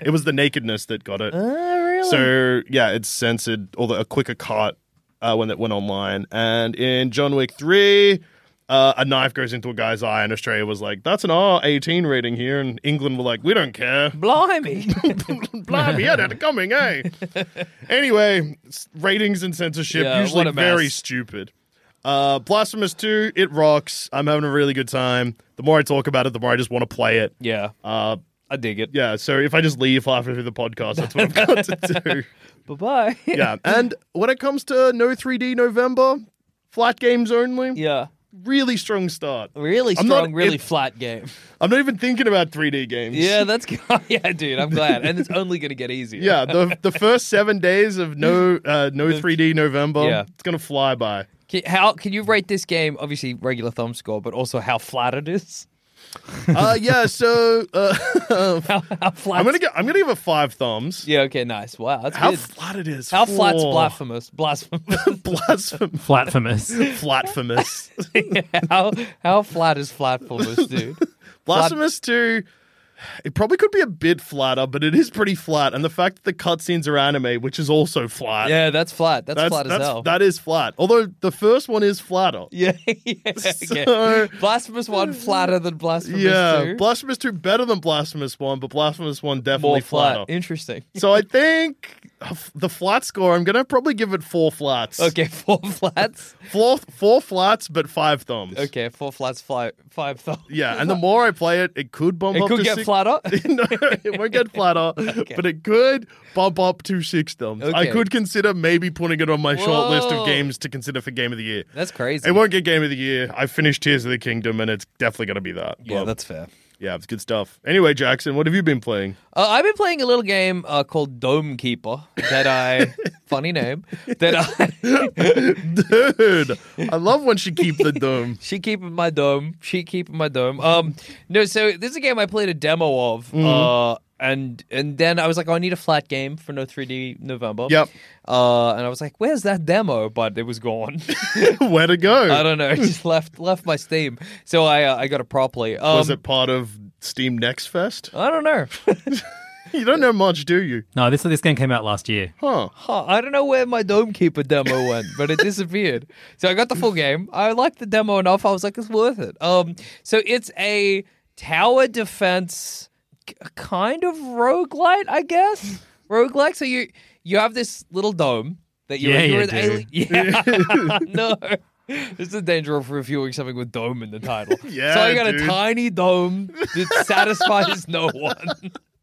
Speaker 2: it was the nakedness that got it.
Speaker 4: Oh,
Speaker 2: So yeah, it's censored. Although a quicker cut uh, when that went online, and in John Wick three. Uh, a knife goes into a guy's eye, and Australia was like, "That's an R eighteen rating here," and England were like, "We don't care."
Speaker 4: Blimey.
Speaker 2: Blimey, had it coming, eh? anyway, s- ratings and censorship
Speaker 4: Yeah, what
Speaker 2: usually
Speaker 4: a mess.
Speaker 2: very stupid. Uh, Blasphemous two, it rocks. I'm having a really good time. The more I talk about it, the more I just want to play it.
Speaker 4: yeah.
Speaker 2: Uh,
Speaker 4: I dig it.
Speaker 2: yeah, so if I just leave halfway through the podcast, that's what I've got to do.
Speaker 4: Bye bye.
Speaker 2: Yeah, and when it comes to no 3D November, flat games only,
Speaker 4: yeah.
Speaker 2: really strong start.
Speaker 4: Really
Speaker 2: I'm
Speaker 4: strong,
Speaker 2: not-
Speaker 4: really
Speaker 2: it-
Speaker 4: flat game.
Speaker 2: I'm not even thinking about 3D games.
Speaker 4: Yeah, that's good. yeah, dude. I'm glad, and it's only gonna get easier.
Speaker 2: Yeah, the the first seven days of no uh, no 3D November,
Speaker 4: Yeah.
Speaker 2: it's gonna fly by.
Speaker 4: Can, how can you rate this game? Obviously, regular thumb score, but also how flat it is.
Speaker 2: Uh, yeah, so uh,
Speaker 4: How flat?
Speaker 2: I'm gonna get, I'm gonna give it five thumbs.
Speaker 4: Yeah. Okay. Nice. Wow. That's
Speaker 2: How
Speaker 4: good.
Speaker 2: flat it is!
Speaker 4: how flat's
Speaker 2: Whoa.
Speaker 4: blasphemous? Blasphemous.
Speaker 2: Blasphem-
Speaker 5: Flatfamous.
Speaker 2: Flatfamous.
Speaker 4: how how flat is flatfulness, dude?
Speaker 2: Blasphemous 2, it probably could be a bit flatter, but it is pretty flat. And the fact that the cutscenes are anime, which is also flat.
Speaker 4: Yeah, that's flat. That's,
Speaker 2: that's,
Speaker 4: flat as
Speaker 2: that's-
Speaker 4: hell.
Speaker 2: That is flat. Although the first one is flatter.
Speaker 4: yeah. yeah okay.
Speaker 2: So,
Speaker 4: Blasphemous one flatter than blasphemous
Speaker 2: yeah.
Speaker 4: two.
Speaker 2: Blasphemous 2 better than Blasphemous 1, but Blasphemous 1 definitely
Speaker 4: More flat.
Speaker 2: flatter.
Speaker 4: Interesting.
Speaker 2: so I think the flat score, I'm going to probably give it four flats.
Speaker 4: Okay, four flats.
Speaker 2: Four, four flats, but five thumbs.
Speaker 4: Okay, four flats, five, five thumbs.
Speaker 2: Yeah, and the more I play it, it could bump
Speaker 4: It
Speaker 2: up
Speaker 4: could
Speaker 2: to
Speaker 4: get
Speaker 2: six-
Speaker 4: flatter.
Speaker 2: no, it won't get flatter, but it could bump up to six thumbs. I
Speaker 4: Okay.
Speaker 2: could consider maybe putting it on my short list
Speaker 4: Whoa.
Speaker 2: of games to consider for game of the year.
Speaker 4: That's crazy.
Speaker 2: It won't get game of the year. I finished Tears of the Kingdom, and it's definitely going to be that.
Speaker 4: Yeah,
Speaker 2: But,
Speaker 4: that's fair.
Speaker 2: yeah, it's good stuff. Anyway, Jackson, what have you been playing?
Speaker 4: Uh, I've been playing a little game uh, called Dome Keeper that I, funny name, that I,
Speaker 2: Dude, I love when she keep the dome.
Speaker 4: she keeping my dome, she keeping my dome. Um, no, so this is a game I played a demo of,
Speaker 2: Mm-hmm.
Speaker 4: uh, and and then I was like, oh, I need a flat game for No 3D November.
Speaker 2: Yep.
Speaker 4: Uh, and I was like, where's that demo? But it was gone.
Speaker 2: Where to go?
Speaker 4: I don't know. It just left left my Steam. So I uh, I got it properly. Um,
Speaker 2: Was it part of Steam Next Fest?
Speaker 4: I don't know.
Speaker 2: You don't know much, do you?
Speaker 5: no, this this game came out last year.
Speaker 2: Huh.
Speaker 4: Huh, I don't know where my Dome Keeper demo went, but it disappeared. So I got the full game. I liked the demo enough. I was like, it's worth it. Um, so it's a tower defense k- kind of roguelite, I guess. roguelike. So you you have this little dome that you're,
Speaker 5: Yeah,
Speaker 4: you're
Speaker 5: you
Speaker 4: an
Speaker 5: do.
Speaker 4: alien. Yeah. no. This is danger of reviewing something with dome in the title.
Speaker 2: Yeah,
Speaker 4: so I got a
Speaker 2: dude.
Speaker 4: tiny dome that satisfies no one.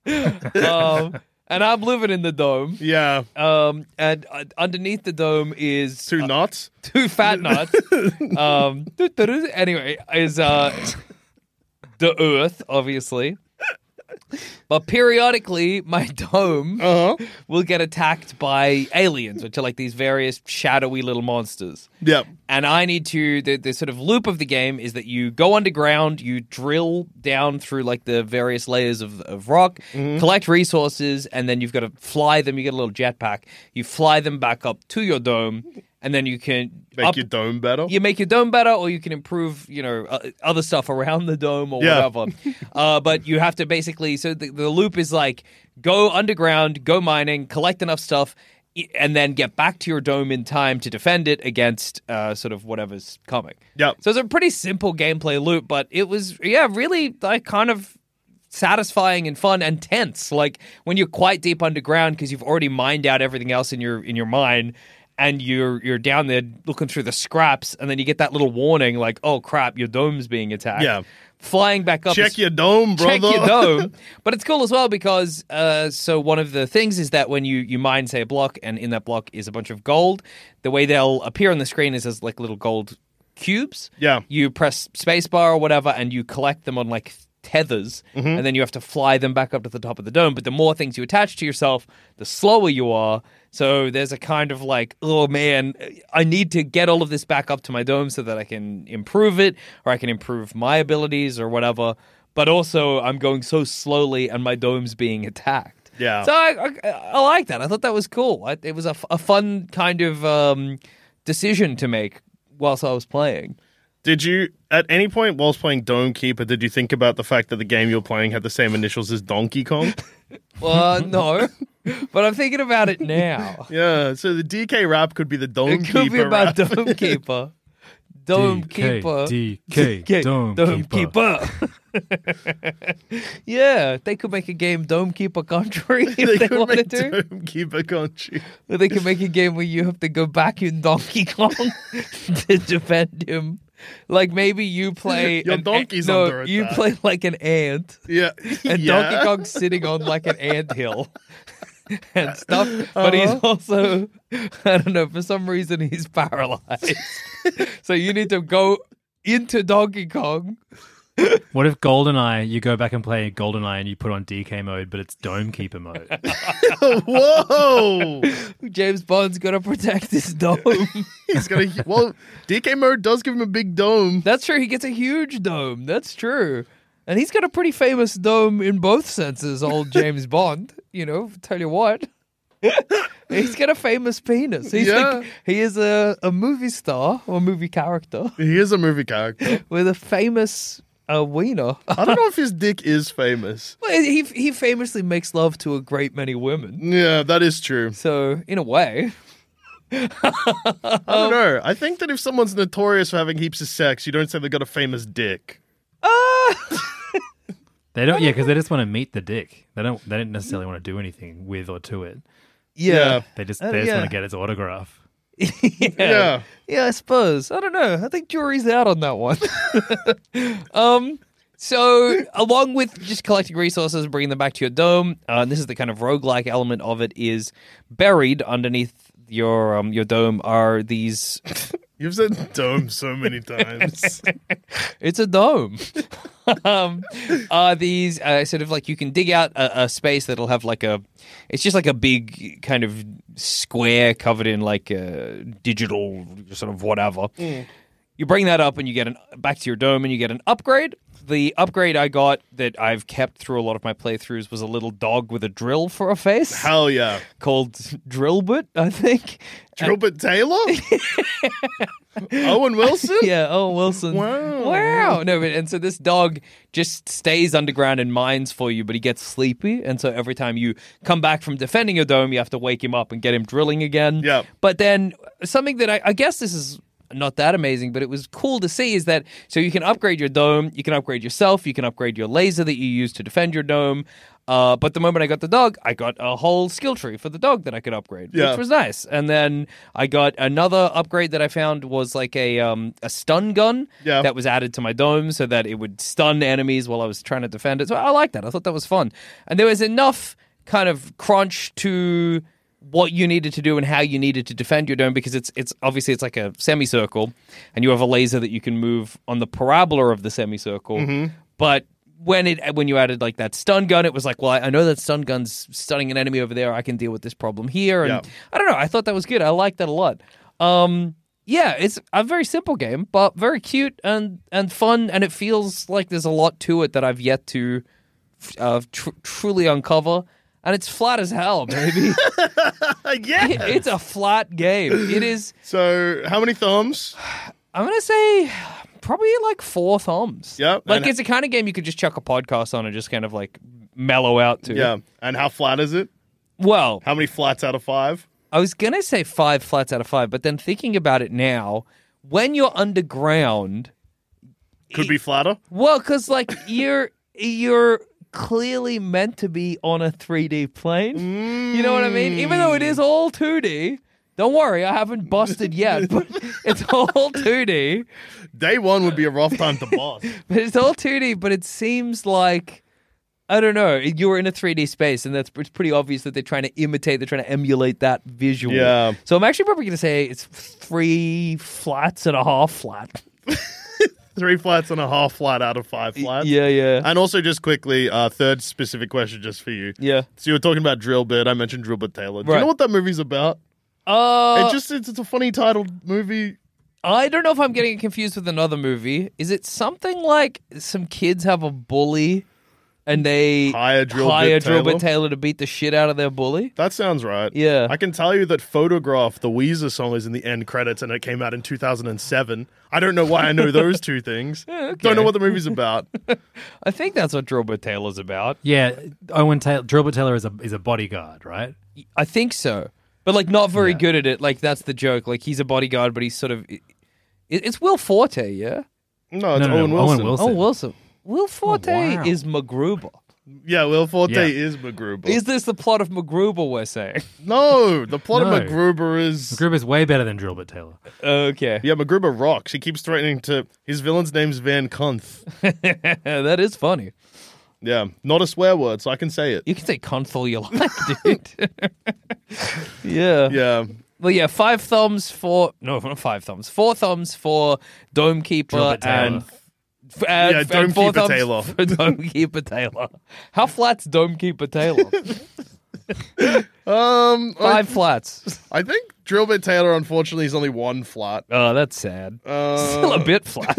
Speaker 4: um, and I'm living in the dome.
Speaker 2: Yeah.
Speaker 4: Um, and uh, underneath the dome is
Speaker 2: Two knots?
Speaker 4: two fat nuts. um, anyway, is uh, the Earth, obviously. But periodically, my dome
Speaker 2: Uh huh.
Speaker 4: will get attacked by aliens, which are like these various shadowy little monsters.
Speaker 2: Yep.
Speaker 4: And I need to the, the sort of loop of the game is that you go underground, you drill down through like the various layers of, of rock, collect resources, and then you've got to fly them. You get a little jetpack. You fly them back up to your dome, and then you can
Speaker 2: Make
Speaker 4: up-
Speaker 2: your dome better.
Speaker 4: you make your dome better, or you can improve, you know, uh, other stuff around the dome or
Speaker 2: Yeah.
Speaker 4: whatever. uh, but you have to basically, so the, the loop is like go underground, go mining, collect enough stuff, i- and then get back to your dome in time to defend it against uh, sort of whatever's coming.
Speaker 2: Yep.
Speaker 4: So it's a pretty simple gameplay loop, but it was yeah, really like kind of satisfying and fun and tense. Like when you're quite deep underground because you've already mined out everything else in your in your mine, and you're you're down there looking through the scraps, and then you get that little warning like, "Oh crap, your dome's being attacked."
Speaker 2: Yeah.
Speaker 4: Flying back up.
Speaker 2: Check
Speaker 4: is-
Speaker 2: your dome, brother.
Speaker 4: Check your dome. but it's cool as well because uh, so one of the things is that when you you mine say a block and in that block is a bunch of gold, the way they'll appear on the screen is as like little gold cubes.
Speaker 2: Yeah.
Speaker 4: You press spacebar or whatever and you collect them on like tethers and then you have to fly them back up to the top of the dome. But the more things you attach to yourself, the slower you are. So there's a kind of like, oh man, I need to get all of this back up to my dome so that I can improve it or I can improve my abilities or whatever but also I'm going so slowly and my dome's being attacked.
Speaker 2: Yeah.
Speaker 4: So I, I, I like that. I thought that was cool. I, it was a, f- a fun kind of um, decision to make whilst I was playing.
Speaker 2: Did you, at any point whilst playing Dome Keeper, did you think about the fact that the game you're playing had the same initials as Donkey Kong?
Speaker 4: Uh, no, but I'm thinking about it now.
Speaker 2: yeah, so the DK rap could be the Dome
Speaker 4: it could
Speaker 2: Keeper
Speaker 4: be about
Speaker 2: rap.
Speaker 4: Dome Keeper. Dome
Speaker 5: DK,
Speaker 4: Keeper.
Speaker 5: DK,
Speaker 4: Yeah,
Speaker 5: Dome
Speaker 4: Keeper. yeah, they could make a game Dome Keeper Country if they,
Speaker 2: they could
Speaker 4: wanted
Speaker 2: make
Speaker 4: to.
Speaker 2: Dome Keeper country.
Speaker 4: Or they can make a game where you have to go back in Donkey Kong to defend him. Like maybe you play
Speaker 2: Your
Speaker 4: an
Speaker 2: donkey's
Speaker 4: no,
Speaker 2: under
Speaker 4: you
Speaker 2: attack.
Speaker 4: play like an ant,
Speaker 2: Yeah.
Speaker 4: and
Speaker 2: yeah.
Speaker 4: Donkey Kong's sitting on like an ant hill and stuff. But
Speaker 2: Uh-huh.
Speaker 4: he's also, I don't know, for some reason he's paralyzed. so you need to go into Donkey Kong.
Speaker 5: What if Goldeneye, you go back and play Goldeneye and you put on DK mode, but it's Dome Keeper mode?
Speaker 2: Whoa!
Speaker 4: James Bond's gonna protect his dome.
Speaker 2: He's gonna. Well, DK mode does give him a big dome.
Speaker 4: That's true. He gets a huge dome. That's true. And he's got a pretty famous dome in both senses, old James Bond. You know, tell you what. he's got a famous penis. He's
Speaker 2: Yeah.
Speaker 4: like, he is a, a movie star or movie character
Speaker 2: He is a movie character.
Speaker 4: with a famous uh, wiener.
Speaker 2: I don't know if his dick is famous.
Speaker 4: Well, he, he famously makes love to a great many women.
Speaker 2: Yeah, that is true.
Speaker 4: So, in a way,
Speaker 2: I
Speaker 4: Um,
Speaker 2: don't know. I think that if someone's notorious for having heaps of sex, you don't say they've got a famous dick.
Speaker 5: They don't, yeah, because they just want to meet the dick. They don't, they don't necessarily want to do anything with or to it.
Speaker 4: yeah.
Speaker 5: They just,
Speaker 4: Oh,
Speaker 5: they just
Speaker 4: yeah.
Speaker 5: want to get its autograph.
Speaker 4: yeah.
Speaker 2: Yeah.
Speaker 4: Yeah, I suppose. I don't know. I think jury's out on that one. um, so along with just collecting resources and bringing them back to your dome, uh, and this is the kind of roguelike element of it is buried underneath your um, your dome are these.
Speaker 2: You've said dome so many times.
Speaker 4: It's a dome. um, are these uh, sort of like you can dig out a, a space that'll have like a, it's just like a big kind of square covered in like a digital sort of whatever. You bring that up and you get an back to your dome and you get an upgrade. The upgrade I got that I've kept through a lot of my playthroughs was a little dog with a drill for a face
Speaker 2: Hell yeah.
Speaker 4: called Drillbit, I think.
Speaker 2: Gilbert Taylor? Owen Wilson?
Speaker 4: yeah, oh Wilson.
Speaker 2: Wow.
Speaker 4: Wow. No, but, and so this dog just stays underground and mines for you, but he gets sleepy, and so every time you come back from defending your dome, you have to wake him up and get him drilling again.
Speaker 2: Yep.
Speaker 4: But then something that I, I guess this is not that amazing, but it was cool to see is that so you can upgrade your dome, you can upgrade yourself, you can upgrade your laser that you use to defend your dome. Uh, but the moment I got the dog, I got a whole skill tree for the dog that I could upgrade,
Speaker 2: Yeah.
Speaker 4: which was nice. And then I got another upgrade that I found was like a um, a stun gun
Speaker 2: Yeah.
Speaker 4: that was added to my dome so that it would stun enemies while I was trying to defend it. So I like that. I thought that was fun. And there was enough kind of crunch to what you needed to do and how you needed to defend your dome because it's it's obviously it's like a semicircle and you have a laser that you can move on the parabola of the semicircle. But when it when you added like that stun gun, it was like, well, I I know that stun gun's stunning an enemy over there. I can deal with this problem here, and
Speaker 2: Yeah.
Speaker 4: I don't know. I thought that was good. I liked that a lot. Um, yeah, it's a very simple game, but very cute and and fun, and it feels like there's a lot to it that I've yet to uh, tr- truly uncover. And it's flat as hell, baby.
Speaker 2: yeah.
Speaker 4: it's a flat game. It is.
Speaker 2: So, how many thumbs?
Speaker 4: I'm gonna say probably like four thumbs.
Speaker 2: Yep,
Speaker 4: Like
Speaker 2: and-
Speaker 4: it's the kind of game you could just chuck a podcast on and just kind of like mellow out to.
Speaker 2: Yeah. And how flat is it?
Speaker 4: Well,
Speaker 2: How many flats out of five?
Speaker 4: I was gonna say five flats out of five, but then thinking about it now, when you're underground,
Speaker 2: Could be flatter.
Speaker 4: well, because like you're you're clearly meant to be on a 3D plane. You know what I mean? Even though it is all 2D. Don't worry, I haven't busted yet, but it's all 2D.
Speaker 2: Day one would be a rough time to boss.
Speaker 4: But it's all 2D, but it seems like I don't know. You were in a 3D space, and that's it's pretty obvious that they're trying to imitate, they're trying to emulate that visual.
Speaker 2: Yeah.
Speaker 4: So I'm actually probably going to say it's three flats and a half flat.
Speaker 2: Three flats and a half flat out of five flats.
Speaker 4: Yeah, yeah.
Speaker 2: And also, just quickly, uh, third specific question just for you.
Speaker 4: Yeah.
Speaker 2: So you were talking about Drillbit. I mentioned Drillbit Taylor. Do you
Speaker 4: Right.
Speaker 2: know what that movie's about?
Speaker 4: Uh,
Speaker 2: it just it's, it's a funny titled movie.
Speaker 4: I don't know if I'm getting it confused with another movie. Is it something like some kids have a bully and they
Speaker 2: Hire Drillbit
Speaker 4: hire
Speaker 2: Taylor?
Speaker 4: Drillbit Taylor to beat the shit out of their bully?
Speaker 2: That sounds right.
Speaker 4: Yeah.
Speaker 2: I can tell you that Photograph, the Weezer song, is in the end credits and it came out in 2007. I don't know why I know those two things. Don't know what the movie's about.
Speaker 4: I think that's what Drillbit Taylor's about.
Speaker 5: Yeah, Owen Taylor, Drillbit Taylor is a is a bodyguard, right?
Speaker 4: I think so, but like not very good at it. Like that's the joke. Like he's a bodyguard, but he's sort of. it- it's Will Forte, yeah.
Speaker 2: No, it's
Speaker 5: No, no, no,
Speaker 2: Owen
Speaker 5: Owen
Speaker 2: Wilson.
Speaker 5: Wilson.
Speaker 4: Oh, Wilson. Will Forte
Speaker 5: wow.
Speaker 4: is MacGruber.
Speaker 2: Yeah, Will Forte
Speaker 5: Yeah.
Speaker 2: is MacGruber.
Speaker 4: Is this the plot of MacGruber? We're saying.
Speaker 2: no, the plot
Speaker 5: No.
Speaker 2: of MacGruber is.
Speaker 5: Gruber's way better than Drillbit Taylor.
Speaker 4: Okay,
Speaker 2: yeah, MacGruber rocks. He keeps threatening to. His villain's name's Van Kunth.
Speaker 4: that is funny.
Speaker 2: Yeah, not a swear word, so I can say it.
Speaker 4: You can say cunt all you like, dude. yeah.
Speaker 2: Yeah,
Speaker 4: Well, yeah. Five thumbs for no, not five thumbs. Four thumbs for Domekeeper
Speaker 5: Drillbit Taylor.
Speaker 4: and. f- uh, and-
Speaker 2: Yeah,
Speaker 4: and four
Speaker 2: Domekeeper
Speaker 4: thumbs
Speaker 2: Taylor.
Speaker 4: For Domekeeper Taylor. How flat's Domekeeper Taylor?
Speaker 2: Um, I-
Speaker 4: Five flats.
Speaker 2: I, think Drillbit Taylor, unfortunately, is only one flat.
Speaker 4: Oh, that's sad. Still a bit flat.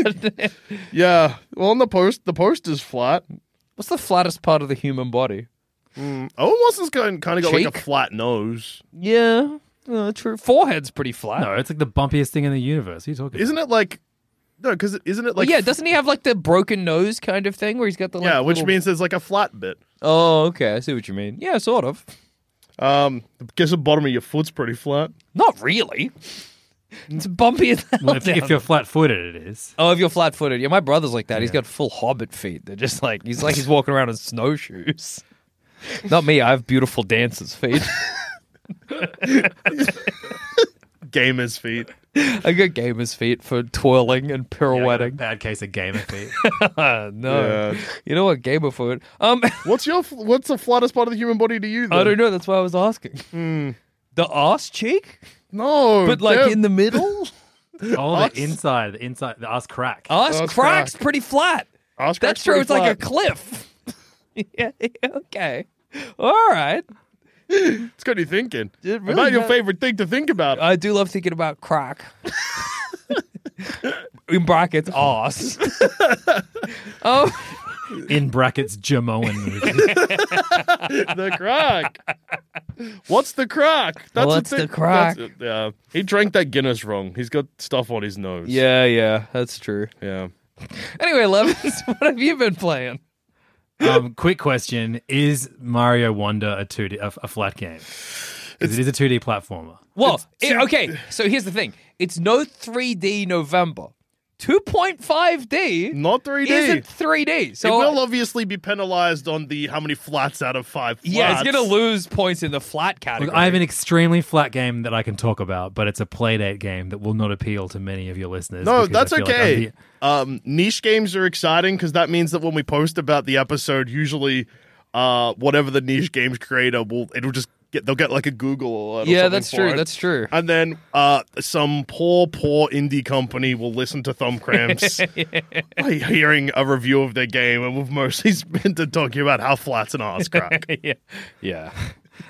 Speaker 2: Yeah. Well, on the post, the post is flat.
Speaker 4: What's the flattest part of the human body?
Speaker 2: Owen Wilson's kind kind of got like a
Speaker 4: Cheek?
Speaker 2: flat nose.
Speaker 4: Yeah, uh, true. Forehead's pretty flat.
Speaker 5: No, it's like the bumpiest thing in the universe. What are you talking?
Speaker 2: Isn't it like? No, because isn't it like?
Speaker 4: yeah, doesn't he have like the broken nose kind of thing where he's got the like,
Speaker 2: yeah, which
Speaker 4: little-
Speaker 2: means there's like a flat bit.
Speaker 4: Oh, okay, I see what you mean. Yeah, sort of.
Speaker 2: Um, I guess the bottom of your foot's pretty flat.
Speaker 4: Not really. It's bumpy as hell.
Speaker 5: Well, if,
Speaker 4: down
Speaker 5: if you're flat-footed, it is.
Speaker 4: Oh, if you're flat footed. Yeah, my brother's like that. He's got full hobbit feet. They're just like, he's like, he's walking around in snowshoes. Not me. I have beautiful dancer's feet.
Speaker 2: Gamer's feet.
Speaker 4: I got gamer's feet for twirling and pirouetting.
Speaker 5: Bad case of gamer feet.
Speaker 4: Uh, no.
Speaker 2: Yeah.
Speaker 4: You know what? Gamer food. Um,
Speaker 2: What's your fl- what's the flattest part of the human body to you? Then?
Speaker 4: I don't know. That's why I was asking. The ass cheek,
Speaker 2: No,
Speaker 4: but like
Speaker 2: Hmm. Oh, damn-
Speaker 4: in the middle.
Speaker 5: oh, the inside, the inside, the ass crack.
Speaker 4: Ass
Speaker 2: Ass
Speaker 4: cracks
Speaker 2: crack.
Speaker 4: pretty flat.
Speaker 2: Ass
Speaker 4: That's
Speaker 2: crack's
Speaker 4: true.
Speaker 2: pretty
Speaker 4: It's like a
Speaker 2: flat.
Speaker 4: cliff. yeah. Okay. All right.
Speaker 2: it's got you thinking.
Speaker 4: It really
Speaker 2: About your
Speaker 4: does.
Speaker 2: favorite thing to think about.
Speaker 4: I do love thinking about crack. In brackets, ass. um,
Speaker 5: In brackets, Jamoan movie.
Speaker 2: the crack. What's the crack? That's
Speaker 4: What's
Speaker 2: a thing.
Speaker 4: the crack?
Speaker 2: That's it, yeah. He drank that Guinness wrong. He's got stuff on his nose.
Speaker 4: yeah, yeah, that's true.
Speaker 2: Yeah.
Speaker 4: Anyway, Levis, what have you been playing?
Speaker 5: um, quick question: Is Mario Wonder a two D a, a flat game? 'Cause it is a two D platformer.
Speaker 4: Well, it- okay, so here's the thing it's no 3D November. 2.5D
Speaker 2: Not 3D.
Speaker 4: isn't 3D.
Speaker 2: it
Speaker 4: So
Speaker 2: will obviously be penalized on the how many flats out of five flats.
Speaker 4: yeah, it's going to lose points in the flat
Speaker 5: Look,
Speaker 4: category.
Speaker 5: I have an extremely flat game that I can talk about, but it's a playdate game that will not appeal to many of your listeners.
Speaker 2: No,
Speaker 5: because
Speaker 2: that's
Speaker 5: I feel like I'm
Speaker 2: okay.
Speaker 5: the-
Speaker 2: um, niche games are exciting because that means that when we post about the episode, usually uh, whatever the niche games creator will, it'll just get they'll get like a Google alert. or
Speaker 4: yeah,
Speaker 2: something
Speaker 4: that's
Speaker 2: for
Speaker 4: true.
Speaker 2: it.
Speaker 4: That's true.
Speaker 2: And then uh, some poor, poor indie company will listen to Thumb Cramps by hearing a review of their game, and we've mostly spent it talking about how flat's an ass crack.
Speaker 4: yeah. Yeah.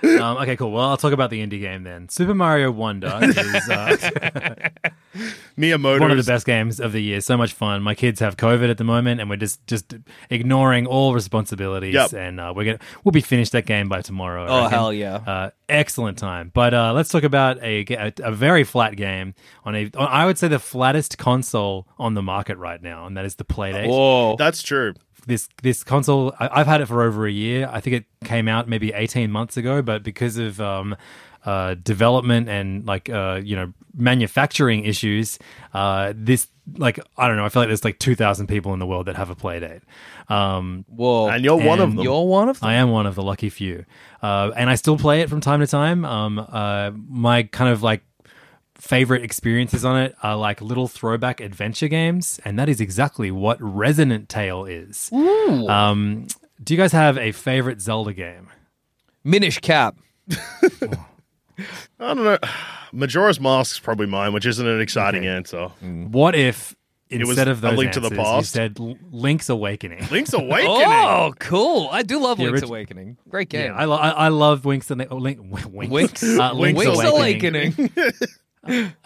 Speaker 5: um, okay, cool. Well, I'll talk about the indie game then. Super Mario Wonder is uh,
Speaker 2: Miyamoto
Speaker 5: one of the best games of the year. So much fun. My kids have COVID at the moment, and we're just just ignoring all responsibilities.
Speaker 2: Yep.
Speaker 5: And uh, we're gonna we'll be finished that game by tomorrow. I
Speaker 4: Oh,
Speaker 5: reckon.
Speaker 4: hell yeah.
Speaker 5: Uh, excellent time. But uh, let's talk about a, ga- a a very flat game on a on, I would say the flattest console on the market right now, and that is the PlayDate
Speaker 4: Whoa.
Speaker 2: That's true.
Speaker 5: this this console I, I've had it for over a year. I think it came out maybe 18 months ago, but because of um, uh, development and like uh, you know manufacturing issues. Uh, this like I don't know. I feel like there's like two thousand people in the world that have a play date. Um,
Speaker 4: Whoa.
Speaker 2: And you're one of
Speaker 5: And
Speaker 2: them.
Speaker 4: You're one of them.
Speaker 5: I am one of the lucky few, uh, and I still play it from time to time. Um, uh, my kind of like favorite experiences on it are like little throwback adventure games, and that is exactly what Resonant Tale is. Um, do you guys have a favorite Zelda game?
Speaker 4: Minish Cap.
Speaker 2: I don't know. Majora's Mask's probably mine, which isn't an exciting answer.
Speaker 5: What if
Speaker 2: was
Speaker 5: instead of
Speaker 2: A
Speaker 5: those
Speaker 2: Link to the
Speaker 5: answers, you
Speaker 2: Past?
Speaker 5: said L- Link's Awakening?
Speaker 2: Link's Awakening.
Speaker 4: Oh, cool. I do love Link's
Speaker 5: orig-
Speaker 4: Awakening. Great game.
Speaker 5: Yeah, I, lo- I, I love Winks and oh, Link, Winks,
Speaker 4: Winks,
Speaker 5: uh, Link's,
Speaker 4: Winks
Speaker 5: Awakening.
Speaker 4: Awakening.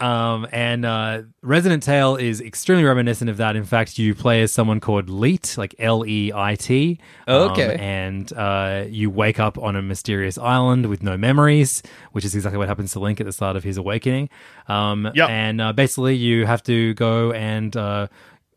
Speaker 5: Um, and uh, Resident Tale is extremely reminiscent of that. In fact, you play as someone called Leet, like L E I T. Um,
Speaker 4: Okay.
Speaker 5: and uh, you wake up on a mysterious island with no memories, which is exactly what happens to Link at the start of his awakening. Um,
Speaker 2: Yep.
Speaker 5: And uh, basically, you have to go and. Uh,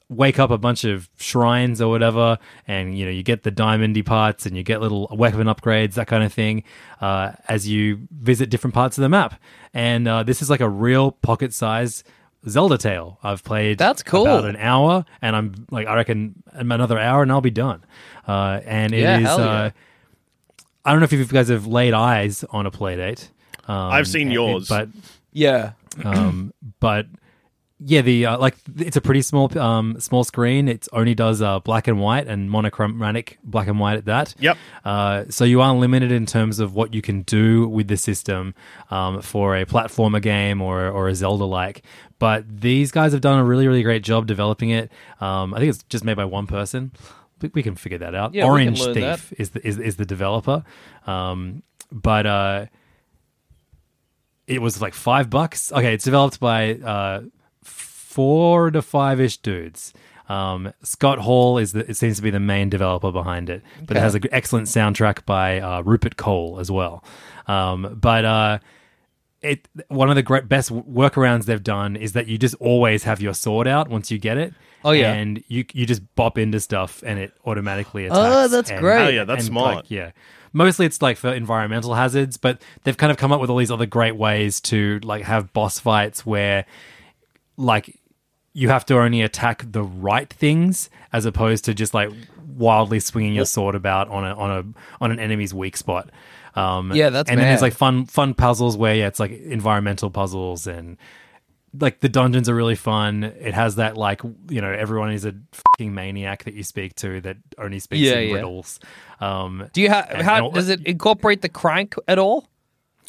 Speaker 5: Wake up a bunch of shrines or whatever, and you know you get the diamondy parts, and you get little weapon upgrades, that kind of thing, uh, as you visit different parts of the map. And uh, this is like a real pocket-sized Zelda tale. I've played
Speaker 4: That's cool.
Speaker 5: about an hour, and I'm like I reckon another hour, and I'll be done. Uh, and it is.
Speaker 4: Yeah, hell yeah.
Speaker 5: uh, I don't know if you guys have laid eyes on a playdate. Um,
Speaker 2: I've seen
Speaker 5: and-
Speaker 2: yours.
Speaker 5: but
Speaker 4: yeah.
Speaker 5: um, but yeah, the uh, like it's a pretty small um, small screen. It only does uh, black and white and monochromatic black and white at that.
Speaker 2: Yep.
Speaker 5: Uh, so you are limited in terms of what you can do with the system um, for a platformer game or or a Zelda like. But these guys have done a really really great job developing it. Um, I think it's just made by one person. We, we can figure that out.
Speaker 4: Yeah, we can
Speaker 5: Orange
Speaker 4: learn
Speaker 5: Thief
Speaker 4: that.
Speaker 5: is the is, is the developer. Um, but uh, it was like five bucks. Okay, it's developed by uh, four to five ish dudes. Um, Scott Hall is the, it seems to be the main developer behind it, but it has an excellent soundtrack by uh, Rupert Cole as well. Um, but uh, it one of the great best workarounds they've done is that you just always have your sword out once you get it.
Speaker 4: Oh, yeah.
Speaker 5: and you you just bop into stuff and it automatically attacks.
Speaker 4: Oh, that's
Speaker 5: and-
Speaker 4: great.
Speaker 2: Oh, yeah, that's
Speaker 5: and,
Speaker 2: smart.
Speaker 5: like, yeah. Mostly it's like for environmental hazards, but they've kind of come up with all these other great ways to like have boss fights where like you have to only attack the right things as opposed to just like wildly swinging your sword about on a on a on an enemy's weak spot. Um,
Speaker 4: Yeah, that's
Speaker 5: and then there's
Speaker 4: mad.
Speaker 5: like fun fun puzzles where yeah, it's like environmental puzzles and like the dungeons are really fun. It has that like you know everyone is a fucking maniac that you speak to that only speaks
Speaker 4: Yeah,
Speaker 5: in
Speaker 4: yeah.
Speaker 5: riddles. Um,
Speaker 4: Do you have?
Speaker 5: And-
Speaker 4: How
Speaker 5: and-
Speaker 4: does it incorporate the crank at all?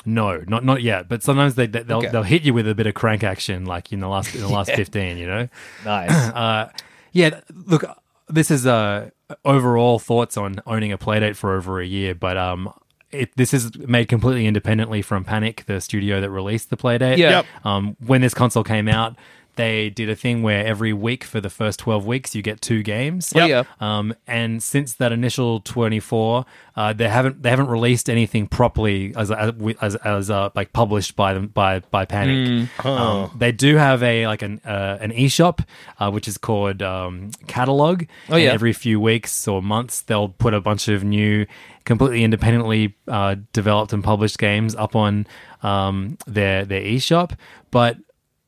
Speaker 5: no, not not yet. But sometimes they they- they'll
Speaker 4: Okay.
Speaker 5: they'll hit you with a bit of crank action, like in the last in the last fifteen. You know.
Speaker 4: Nice.
Speaker 5: Uh, yeah, th- look, this is uh, overall thoughts on owning a playdate for over a year, but um, it, this is made completely independently from Panic, the studio that released the playdate.
Speaker 4: Yeah. Yep.
Speaker 5: Um, when this console came out, they did a thing where every week for the first twelve weeks you get two games.
Speaker 4: Oh, yeah.
Speaker 5: Um, and since that initial 24, uh, they haven't they haven't released anything properly as as as, as uh, like published by them by by Panic.
Speaker 4: Oh.
Speaker 5: Um, they do have a like an uh, an eShop uh, which is called um, Catalog.
Speaker 4: Oh,
Speaker 5: And
Speaker 4: yeah.
Speaker 5: every few weeks or months they'll put a bunch of new, completely independently uh, developed and published games up on um, their their eShop, but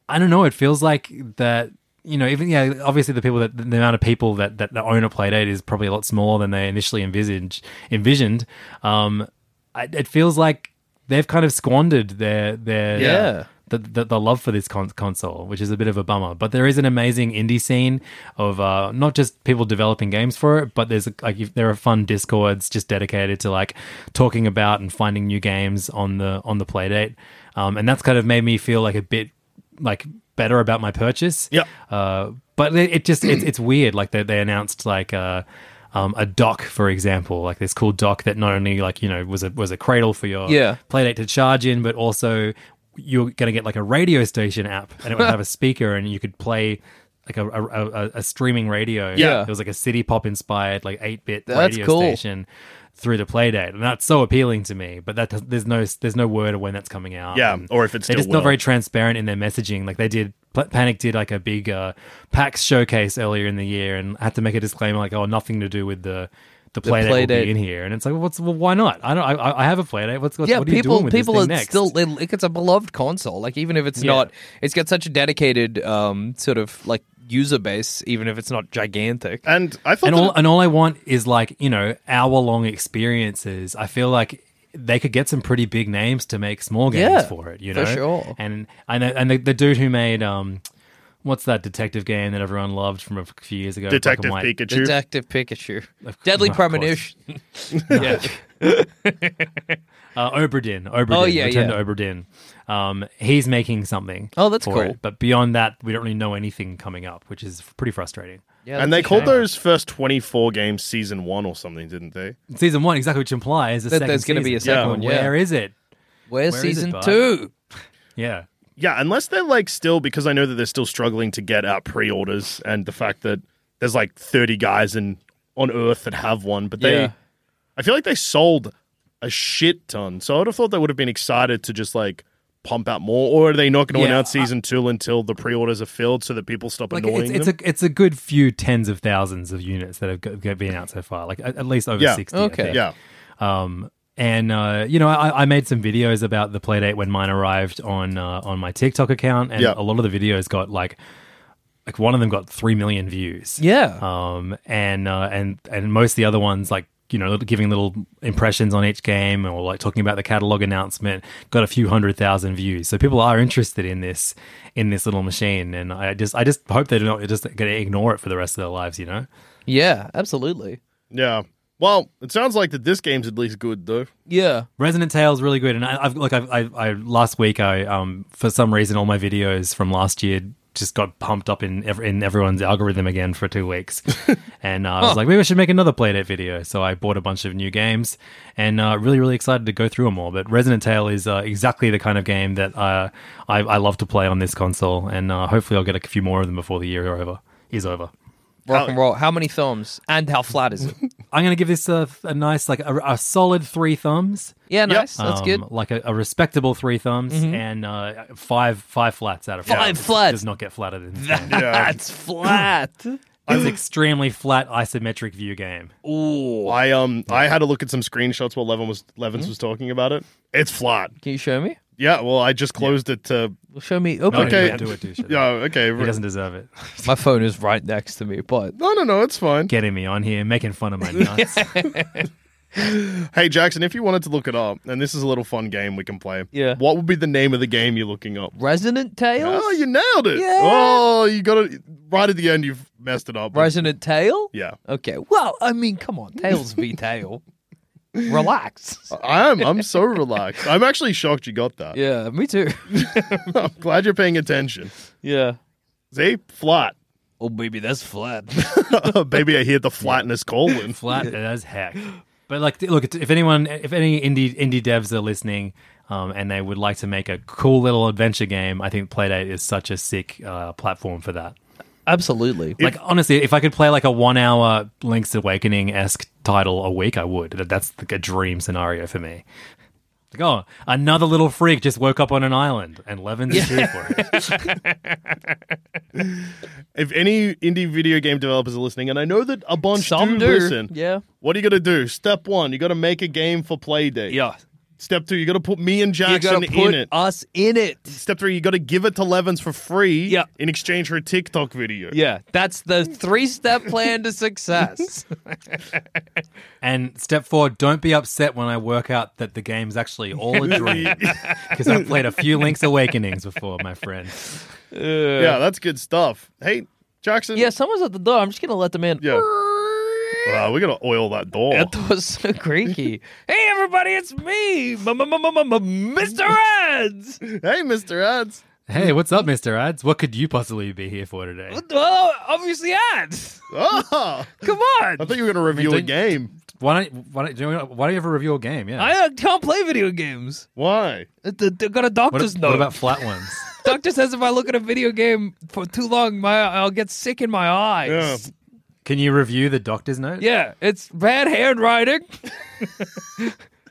Speaker 5: I don't know. It feels like that. You know, even yeah, obviously the people that the amount of people that that, that own a playdate is probably a lot smaller than they initially envisaged envisioned. Um, I, it feels like they've kind of squandered their their
Speaker 4: Yeah.
Speaker 5: The, the, the love for this con- console, which is a bit of a bummer, but there is an amazing indie scene of uh, not just people developing games for it, but there's like if there are fun discords just dedicated to like talking about and finding new games on the on the playdate, um, and that's kind of made me feel like a bit like better about my purchase.
Speaker 2: Yep.
Speaker 5: Uh, but it, it just it's, it's weird. Like they, they announced like uh, um, a dock, for example, like this cool dock that not only like you know was a was a cradle for your
Speaker 4: Yeah.
Speaker 5: playdate to charge in, but also you're gonna get like a radio station app, and it would have a speaker, and you could play. Like a, a, a, a streaming radio,
Speaker 2: Yeah.
Speaker 5: It was like a city pop inspired, like eight bit
Speaker 4: That's
Speaker 5: radio
Speaker 4: cool.
Speaker 5: station through the playdate, and that's so appealing to me. But that does, there's no there's no word of when that's coming out.
Speaker 2: Yeah,
Speaker 5: and
Speaker 2: or if it's
Speaker 5: they're
Speaker 2: still
Speaker 5: just not
Speaker 2: will.
Speaker 5: very transparent in their messaging. Like they did, Pl- Panic did like a big uh, PAX showcase earlier in the year and had to make a disclaimer like, "Oh, nothing to do with the the play, date will
Speaker 4: playdate.
Speaker 5: be in here, and it's like, well, what's well, why not? I don't. I- I, I have a play date. What's, what's
Speaker 4: yeah,
Speaker 5: what are you
Speaker 4: people
Speaker 5: doing with
Speaker 4: people
Speaker 5: this
Speaker 4: are
Speaker 5: thing next?
Speaker 4: still they- like it's a beloved console. Like even if it's
Speaker 5: Yeah.
Speaker 4: not, it's got such a dedicated um sort of like user base. Even if it's not gigantic,
Speaker 2: And I thought
Speaker 5: and
Speaker 2: that
Speaker 5: all and all I want is like you know hour long experiences. I feel like they could get some pretty big names to make small games
Speaker 4: Yeah,
Speaker 5: for it. You
Speaker 4: for
Speaker 5: know,
Speaker 4: sure.
Speaker 5: And and the, and the, the dude who made um, what's that detective game that everyone loved from a few years ago? Black and
Speaker 2: Detective
Speaker 5: White.
Speaker 2: Pikachu.
Speaker 4: Detective Pikachu, Deadly
Speaker 5: of course.
Speaker 4: Premonition. yeah.
Speaker 5: Uh, Oberdin. Oberdin.
Speaker 4: Oh, yeah,
Speaker 5: Return
Speaker 4: yeah.
Speaker 5: to Oberdin. Um, he's making something.
Speaker 4: Oh, that's
Speaker 5: for
Speaker 4: cool.
Speaker 5: it. But beyond that, we don't really know anything coming up, which is pretty frustrating.
Speaker 4: Yeah,
Speaker 2: and
Speaker 4: that's
Speaker 2: they
Speaker 4: a
Speaker 2: called
Speaker 4: shame.
Speaker 2: those first 24 games season one or something, didn't they?
Speaker 5: Season one, exactly, which implies a
Speaker 4: That
Speaker 5: second
Speaker 4: there's gonna be a
Speaker 5: season.
Speaker 4: second
Speaker 2: one,
Speaker 4: yeah.
Speaker 5: Where is it?
Speaker 4: Where's
Speaker 5: Where is it,
Speaker 4: season
Speaker 5: bud?
Speaker 4: two?
Speaker 5: Yeah.
Speaker 2: Yeah, unless they're like still because I know that they're still struggling to get out pre-orders and the fact that there's like 30 guys in on Earth that have one, but they
Speaker 4: Yeah.
Speaker 2: I feel like they sold a shit ton. So I would have thought they would have been excited to just like pump out more or are they not going to
Speaker 4: Yeah,
Speaker 2: announce season 2 until the pre-orders are filled so that people stop
Speaker 5: Like
Speaker 2: annoying
Speaker 5: it's, it's
Speaker 2: them?
Speaker 5: a it's a good few tens of thousands of units that have go- go- been out so far, like at, at least over
Speaker 2: Yeah.
Speaker 5: sixty. I
Speaker 4: Okay.
Speaker 5: think.
Speaker 2: yeah.
Speaker 5: Um, and uh, you know, I, I made some videos about the playdate when mine arrived on uh, on my TikTok account, and
Speaker 2: Yeah.
Speaker 5: a lot of the videos got like like one of them got three million views.
Speaker 4: Yeah.
Speaker 5: Um, and uh, and and most of the other ones like. You know, little- giving little impressions on each game, or like talking about the catalog announcement, got a few hundred thousand views. So people are interested in this, in this little machine, and I just, I just hope they're not just going to ignore it for the rest of their lives. You know,
Speaker 4: yeah, absolutely.
Speaker 2: Yeah. Well, it sounds like that this game's at least good though.
Speaker 4: Yeah.
Speaker 5: Resonant Tale's really good, and I, I've like I've, I, I last week I um for some reason all my videos from last year just got pumped up in ev- in everyone's algorithm again for two weeks, and uh, I was like maybe I should make another playdate video. So I bought a bunch of new games, and uh, really really excited to go through them all. But Resonant Tale is uh, exactly the kind of game that uh, I I love to play on this console, and uh, hopefully I'll get a few more of them before the year are over is over.
Speaker 4: Rock and roll. How many thumbs? And how flat is it?
Speaker 5: I'm gonna give this a, a nice like a, a solid three thumbs.
Speaker 4: Yeah, nice. That's
Speaker 5: Um,
Speaker 4: good. Mm-hmm.
Speaker 5: Like a, a respectable three thumbs and uh, five five flats out of
Speaker 4: Five
Speaker 5: five. It
Speaker 4: flats.
Speaker 5: does not get flatter than that.
Speaker 4: That's flat.
Speaker 5: It's extremely flat isometric view game.
Speaker 2: I um I had a look at some screenshots while Levin was Levins
Speaker 5: Mm-hmm.
Speaker 2: was talking about it. It's flat.
Speaker 4: Can you show me?
Speaker 2: Yeah, well, I just closed it to
Speaker 4: Well, show me. Open
Speaker 5: No,
Speaker 4: it.
Speaker 2: Okay.
Speaker 5: don't do it, do it.
Speaker 2: Yeah, okay.
Speaker 5: He doesn't deserve it.
Speaker 4: My phone is right next to me, but
Speaker 2: No, no, no, it's fine.
Speaker 5: Getting me on here, making fun of my nuts.
Speaker 2: Hey Jackson, if you wanted to look it up, and this is a little fun game we can play.
Speaker 4: Yeah.
Speaker 2: What would be the name of the game you're looking up?
Speaker 4: Resonant Tales?
Speaker 2: Oh, you nailed it.
Speaker 4: Yeah.
Speaker 2: Oh, you got it right at the end. You've messed it up.
Speaker 4: Resonant Tail?
Speaker 2: Yeah.
Speaker 4: Okay. Well, I mean, come on. Tails be tail. Relax.
Speaker 2: I'm I'm so relaxed. I'm actually shocked you got that.
Speaker 4: Yeah, me too.
Speaker 2: I'm glad you're paying attention.
Speaker 4: yeah.
Speaker 2: See, flat.
Speaker 4: Oh, baby, that's flat.
Speaker 2: Baby, I hear the flatness calling.
Speaker 5: flat as heck. But like, th- look, if anyone, if any indie indie devs are listening, um, and they would like to make a cool little adventure game, I think Playdate is such a sick uh, platform for that.
Speaker 4: Absolutely.
Speaker 5: Like honestly, if I could play like a one-hour Link's Awakening esque title a week, I would. That- That's like a dream scenario for me. Like, oh, another little freak just woke up on an island, and Levin's here for it.
Speaker 2: If any indie video game developers are listening, and I know that a bunch
Speaker 4: Some
Speaker 2: do
Speaker 4: do.
Speaker 2: listen.
Speaker 4: Yeah.
Speaker 2: What are you gonna do? Step one, you gotta make a game for Playdate.
Speaker 4: Yeah.
Speaker 2: Step two, you gotta put me and
Speaker 4: You
Speaker 2: Jackson
Speaker 4: gotta put
Speaker 2: in it.
Speaker 4: us in it.
Speaker 2: Step three, you got to give it to Levens for free
Speaker 4: Yeah.
Speaker 2: in exchange for a TikTok video.
Speaker 4: Yeah, that's the three step plan to success.
Speaker 5: And step four: don't be upset when I work out that the game's actually all a dream, because I've played a few Link's Awakenings before, my friend.
Speaker 2: Yeah, that's good stuff. Hey, Jackson.
Speaker 4: yeah, someone's at the door. I'm just going to let them in.
Speaker 2: Yeah. Wow, we're going to oil that door.
Speaker 4: That was so creaky. hey, everybody, it's me, Mr. Reds.
Speaker 2: hey, Mr. Ads.
Speaker 5: Hey, what's up, Mister Ads? What could you possibly be here for today?
Speaker 4: Well, obviously, ads.
Speaker 2: Oh,
Speaker 4: Come on.
Speaker 2: I thought you were going to review a
Speaker 5: don't-
Speaker 2: game.
Speaker 5: Why don't Why don't, do you, why don't you ever review a game? Yeah.
Speaker 4: I uh, can't play video games.
Speaker 2: Why?
Speaker 4: I got a
Speaker 5: what,
Speaker 4: doctor's
Speaker 5: what
Speaker 4: note.
Speaker 5: about flat ones?
Speaker 4: Doctor says if I look at a video game for too long, my I'll get sick in my
Speaker 2: Yeah.
Speaker 4: eyes.
Speaker 5: Can you review the doctor's note?
Speaker 4: Yeah, it's bad handwriting,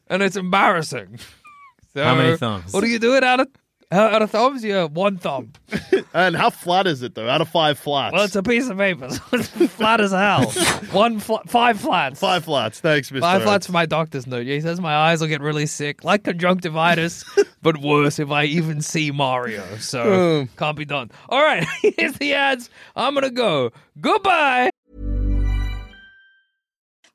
Speaker 4: and it's embarrassing. So,
Speaker 5: How many thumbs?
Speaker 4: What do you do it out of? How out of thumbs? Yeah, one thumb.
Speaker 2: And how flat is it though? Out of five flats.
Speaker 4: Well, it's a piece of paper. So it's flat as hell. One fl- five flats.
Speaker 2: five flats. Thanks, Mister.
Speaker 4: Five flats for my doctor's note. Yeah, he says my eyes will get really sick, like conjunctivitis, but worse if I even see Mario.
Speaker 2: Oh.
Speaker 4: So can't be done. All right, here's the ads. I'm gonna go. Goodbye.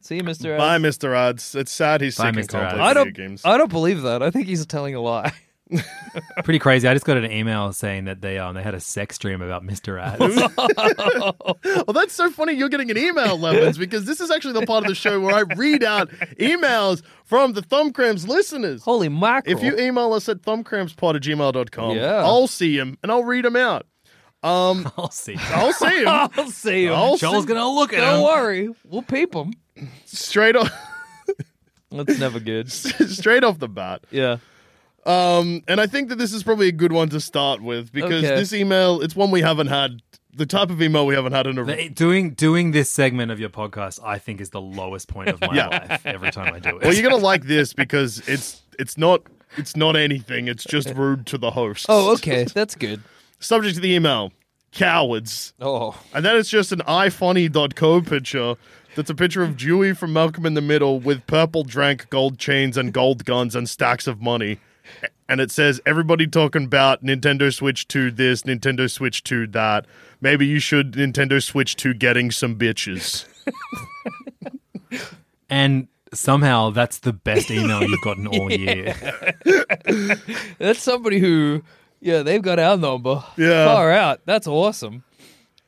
Speaker 4: See you, Mister.
Speaker 2: Bye, Mister Odds. It's sad he's
Speaker 5: Bye,
Speaker 2: sick and
Speaker 5: Mr.
Speaker 2: can't
Speaker 5: Odds.
Speaker 2: play
Speaker 5: I
Speaker 4: I
Speaker 2: video
Speaker 4: don't.
Speaker 2: games.
Speaker 4: I don't believe that. I think he's telling a lie.
Speaker 5: Pretty crazy. I just got an email saying that they um they had a sex dream about Mr. Ads.
Speaker 2: Well, Oh, that's so funny. You're getting an email, Lemons, because this is actually the part of the show where I read out emails from the Thumb Cramps listeners.
Speaker 4: Holy mackerel!
Speaker 2: If you email us at thumbcrampspod at gmail.com,
Speaker 4: Yeah.
Speaker 2: I'll see him and I'll read him out.
Speaker 5: I'll see.
Speaker 2: I'll see him.
Speaker 4: I'll see him.
Speaker 2: I'll see
Speaker 5: Joel's gonna look at
Speaker 4: Don't
Speaker 5: him.
Speaker 4: worry, we'll peep him.
Speaker 2: straight off
Speaker 4: That's never good.
Speaker 2: straight off the bat.
Speaker 4: Yeah.
Speaker 2: Um, and I think that this is probably a good one to start with because
Speaker 4: Okay.
Speaker 2: this email, it's one we haven't had, the type of email we haven't had in a
Speaker 5: The- Doing doing this segment of your podcast, I think, is the lowest point of my
Speaker 2: Yeah.
Speaker 5: life. Every time I do it,
Speaker 2: Well, you're gonna like this because it's it's not it's not anything. It's just rude to the host.
Speaker 4: Oh, okay, that's good.
Speaker 2: Subject to the email: cowards.
Speaker 4: Oh,
Speaker 2: And then it's just an ifunny.co picture. That's a picture of Dewey from Malcolm in the Middle with purple drank, gold chains, and gold guns and stacks of money. And it says, everybody talking about Nintendo Switch to this, Nintendo Switch to that. Maybe you should Nintendo Switch to getting some bitches.
Speaker 5: and somehow that's the best email you've gotten all year.
Speaker 4: that's somebody who, yeah, they've got our number.
Speaker 2: Yeah.
Speaker 4: Far out. That's awesome.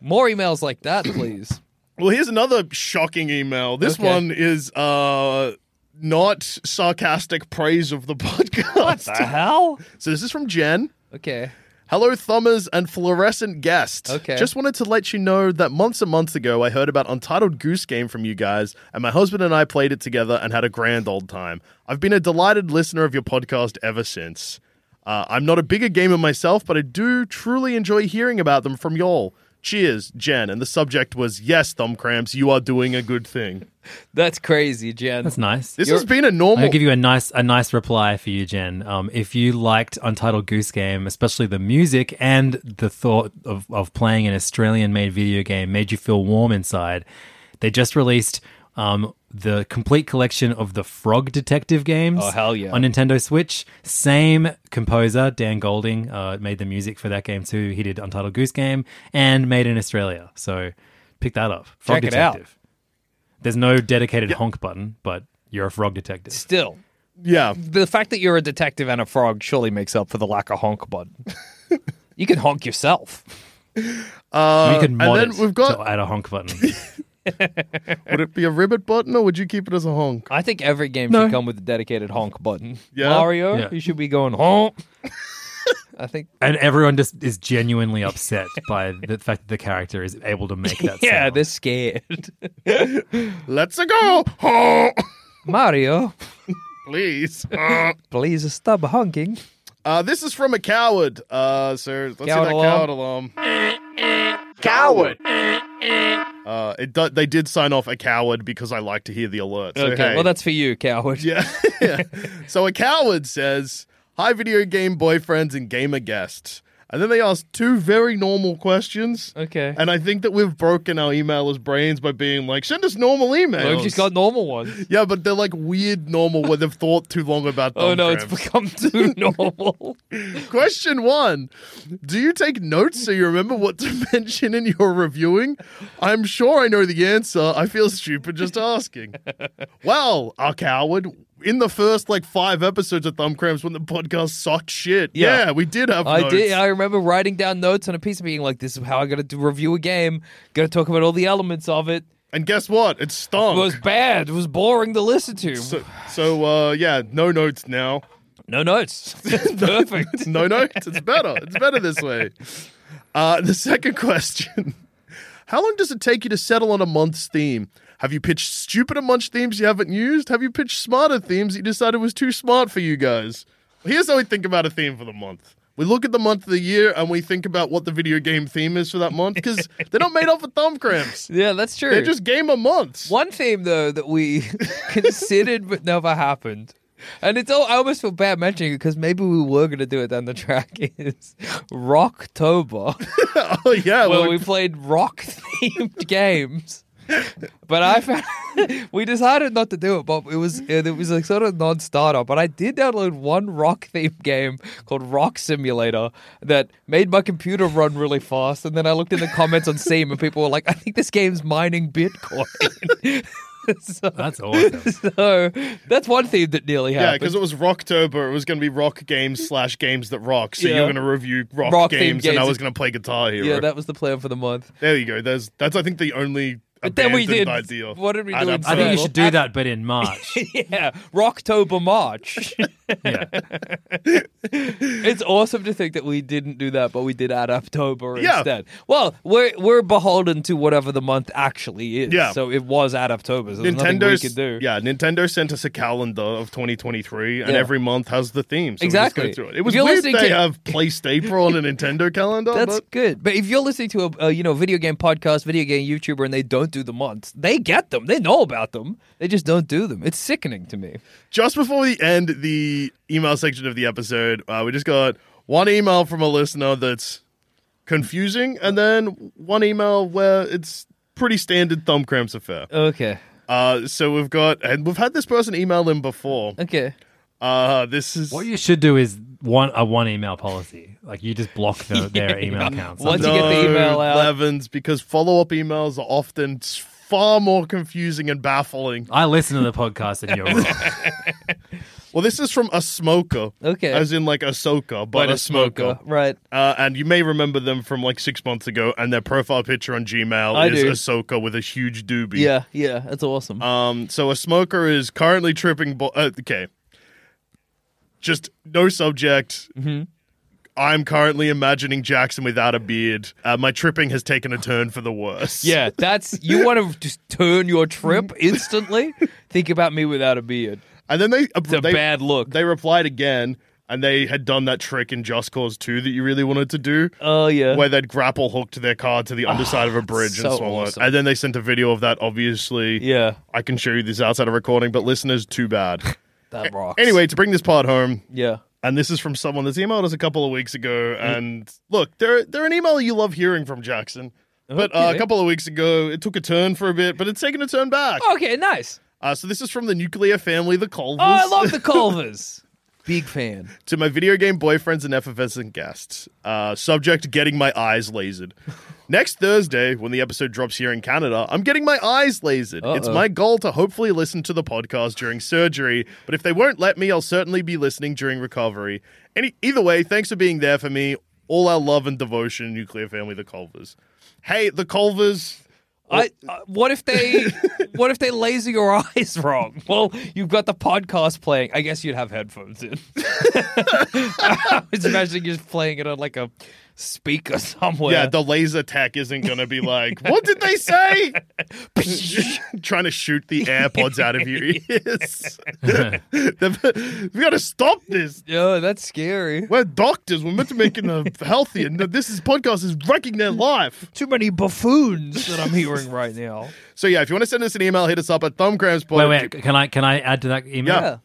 Speaker 4: More emails like that, please.
Speaker 2: Well, here's another shocking email. This
Speaker 4: Okay.
Speaker 2: one is uh, not sarcastic praise of the podcast.
Speaker 4: hell?
Speaker 2: So this is from Jen.
Speaker 4: Okay.
Speaker 2: Hello, thumbers and fluorescent guests.
Speaker 4: Okay.
Speaker 2: Just wanted to let you know that months and months ago, I heard about Untitled Goose Game from you guys, and my husband and I played it together and had a grand old time. I've been a delighted listener of your podcast ever since. Uh, I'm not a bigger gamer myself, but I do truly enjoy hearing about them from y'all. Cheers, Jen. And the subject was Yes, Thumb Cramps, you are doing a good thing.
Speaker 4: That's crazy, Jen.
Speaker 5: That's nice.
Speaker 2: This has been a normal.
Speaker 5: I'll give you a nice a nice reply for you, Jen. Um, if you liked Untitled Goose Game, especially the music and the thought of, of playing an Australian made video game made you feel warm inside, they just released um, the complete collection of the Frog Detective games
Speaker 4: Oh, hell yeah.
Speaker 5: on Nintendo Switch. Same composer, Dan Golding, uh, made the music for that game too. He did Untitled Goose Game and Made in Australia. So pick that up. Frog
Speaker 4: Check it out.
Speaker 5: Detective. There's no dedicated honk button, but you're a frog detective.
Speaker 4: Still,
Speaker 2: yeah.
Speaker 4: the fact that you're a detective and a frog surely makes up for the lack of honk button. you can honk yourself.
Speaker 5: you could
Speaker 2: Uh, and
Speaker 5: mod
Speaker 2: then
Speaker 5: it
Speaker 2: we've got-
Speaker 5: to add a honk button.
Speaker 2: would it be a ribbit button or would you keep it as a
Speaker 5: Ah.
Speaker 2: honk?
Speaker 4: I think every game
Speaker 2: No.
Speaker 4: should come with a dedicated honk button.
Speaker 2: Yeah.
Speaker 4: Mario,
Speaker 5: Yeah.
Speaker 4: you should be going honk. I think.
Speaker 5: and everyone just is genuinely upset by the fact that the character is able to make that
Speaker 4: Yeah,
Speaker 5: sound.
Speaker 4: they're scared.
Speaker 2: Let's go. Honk.
Speaker 4: Mario,
Speaker 2: Please. Honk.
Speaker 4: please stop honking.
Speaker 2: Uh, this is from a coward. Uh, sir, let's
Speaker 4: Coward
Speaker 2: hear that
Speaker 4: alarm.
Speaker 2: coward alarm. Coward. Uh, it do- they did sign off a coward because I like to hear the alert. So,
Speaker 4: Okay,
Speaker 2: hey.
Speaker 4: well that's for you, coward.
Speaker 2: Yeah. yeah. So a coward says, Hi, video game boyfriends and gamer guests. And then they ask two very normal questions.
Speaker 4: Okay.
Speaker 2: And I think that we've broken our emailers' brains by being like, send us normal emails.
Speaker 4: We've just got normal ones.
Speaker 2: yeah, but they're like weird normal where they've thought too long about them.
Speaker 4: Oh no, it's
Speaker 2: Graham.
Speaker 4: become too normal.
Speaker 2: Question one Do you take notes so you remember what to mention in your reviewing? I'm sure I know the answer. I feel stupid just asking. well, our coward, in the first like five episodes of Thumbcramps when the podcast sucked shit. Yeah,
Speaker 4: Yeah.
Speaker 2: we did have
Speaker 4: I
Speaker 2: notes.
Speaker 4: did. I remember writing down notes on a piece of being like, "This is how I got to review a game. Got to talk about all the elements of it.
Speaker 2: and guess what? It
Speaker 4: It
Speaker 2: stunk.
Speaker 4: was bad. It was boring to listen to.
Speaker 2: so, so uh, yeah, no notes now.
Speaker 4: no notes. Perfect.
Speaker 2: no notes. It's better. It's better this way. Uh, the second question How long does it take you to settle on a month's theme? Have you pitched stupider munch themes you haven't used? Have you pitched smarter themes that you decided was too smart for you guys? Here's how we think about a theme for the month. We look at the month of the year and we think about what the video game theme is for that month because they're not made up of thumb cramps.
Speaker 4: Yeah, that's true.
Speaker 2: They're just game of months.
Speaker 4: One theme though that we considered but never happened, and it's all I almost feel bad mentioning it because maybe we were going to do it down the track is Rocktober,
Speaker 2: Oh, yeah.
Speaker 4: where
Speaker 2: well,
Speaker 4: we played rock themed games. But I found we decided not to do it, but it was it was like sort of non-starter. But I did download one rock themed game called Rock Simulator that made my computer run really fast. And then I looked in the comments on Steam, and people were like, "I think this game's mining Bitcoin." so,
Speaker 5: That's awesome.
Speaker 4: so that's one theme that nearly
Speaker 2: yeah,
Speaker 4: happened.
Speaker 2: because it was Rocktober. It was going to be rock games slash games that rock. So
Speaker 4: Yeah.
Speaker 2: you're going to review rock,
Speaker 4: Rock-themed
Speaker 2: games, and I
Speaker 4: games.
Speaker 2: was going to play Guitar Hero.
Speaker 4: yeah, that was the plan for the month.
Speaker 2: There you go. There's that's I think the only
Speaker 4: But then we
Speaker 2: abandoned
Speaker 4: did-
Speaker 2: idea.
Speaker 4: what did we
Speaker 2: I'd
Speaker 4: do
Speaker 2: have
Speaker 5: I think you
Speaker 4: Well,
Speaker 5: should do
Speaker 4: at-
Speaker 5: that, but in March.
Speaker 4: yeah, Rocktober March.
Speaker 5: Yeah.
Speaker 4: It's awesome to think that we didn't do that, but we did add October
Speaker 2: Yeah.
Speaker 4: instead. Well, we're we're beholden to whatever the month actually is.
Speaker 2: Yeah.
Speaker 4: So it was add October. So there's nothing
Speaker 2: Nintendo,
Speaker 4: we could do.
Speaker 2: yeah, Nintendo sent us a calendar of 2023, and
Speaker 4: Yeah.
Speaker 2: every month has the theme. So we
Speaker 4: Exactly.
Speaker 2: just go through it. it
Speaker 4: If
Speaker 2: was
Speaker 4: you're
Speaker 2: weird they
Speaker 4: listening to-
Speaker 2: have placed April on a Nintendo calendar.
Speaker 4: That's
Speaker 2: but
Speaker 4: good. But if you're listening to a, a you know video game podcast, video game YouTuber, and they don't do the months, they get them. They know about them. They just don't do them. It's sickening to me.
Speaker 2: just before we end the email section of the episode, uh, we just got one email from a listener that's confusing, and then one email where it's pretty standard thumb cramps affair.
Speaker 4: Okay.
Speaker 2: Uh, so we've got, and we've had this person email him before.
Speaker 4: Okay.
Speaker 2: Uh, this is
Speaker 5: What you should do is one a one email policy. Like you just block the, their email accounts.
Speaker 4: Once you get the email out.
Speaker 2: Levins, because follow up emails are often s- far more confusing and baffling.
Speaker 5: I listen to the podcast and you're wrong.
Speaker 2: Well, this is from a smoker.
Speaker 4: Okay.
Speaker 2: As in, like, a soaker, but, a smoker.
Speaker 4: Right.
Speaker 2: Uh, and you may remember them from like six months ago, and their profile picture on Gmail
Speaker 4: I
Speaker 2: is
Speaker 4: do.
Speaker 2: a soaker with a huge doobie.
Speaker 4: Yeah. Yeah. That's awesome.
Speaker 2: Um, so a smoker is currently tripping. Bo- uh, okay. Just no subject.
Speaker 4: Mm-hmm.
Speaker 2: I'm currently imagining Jackson without a beard. Uh, my tripping has taken a turn for the worse.
Speaker 4: yeah. That's you want to just turn your trip instantly. Think about me without a beard.
Speaker 2: And then they uh,
Speaker 4: It's a
Speaker 2: they,
Speaker 4: bad look.
Speaker 2: They replied again, and they had done that trick in Just Cause 2 that you really wanted to do,
Speaker 4: Oh yeah. Ah,
Speaker 2: where they'd grapple hooked their car to the underside of a bridge and
Speaker 4: so
Speaker 2: swallow
Speaker 4: awesome.
Speaker 2: it. And then they sent a video of that, obviously.
Speaker 4: Yeah.
Speaker 2: I can show you this outside of recording, but listeners, too bad.
Speaker 4: That rocks.
Speaker 2: anyway, to bring this part home,
Speaker 4: Yeah.
Speaker 2: and this is from someone that's emailed us a couple of weeks ago.
Speaker 4: Mm-hmm.
Speaker 2: And look, they're they're an email you love hearing from Jackson. But uh, a
Speaker 4: Okay.
Speaker 2: couple of weeks ago, it took a turn for a bit, but it's taken a turn back.
Speaker 4: Okay, nice.
Speaker 2: Uh, so this is from the nuclear family, the Colvers.
Speaker 4: Oh, I love the Culvers. Big fan.
Speaker 2: to my video game boyfriends and effervescent guests. Uh, subject: Getting my eyes lasered. Next Thursday, when the episode drops here in Canada, I'm getting my eyes lasered. It's my goal to hopefully listen to the podcast during surgery, but if they won't let me, I'll certainly be listening during recovery. Any, either way, thanks for being there for me. All our love and devotion, nuclear family, the Culvers. Hey, the Culvers.
Speaker 4: I, uh, what if they what if they laser your eyes wrong? Well, you've got the podcast playing. I guess you'd have headphones in. I was imagining you're just playing it on like a speaker somewhere.
Speaker 2: Yeah, the laser tech isn't going to be like, what did they say? Trying to shoot the AirPods out of your ears. They've- we got to stop this.
Speaker 4: Yeah, that's scary.
Speaker 2: We're doctors. We're meant to make them healthy, and this is, podcast is wrecking their life.
Speaker 4: Too many buffoons that I'm hearing right now.
Speaker 2: So yeah, if you want to send us an email, hit us up at thumbcramps.
Speaker 5: Wait, wait. Can I can I add to that email?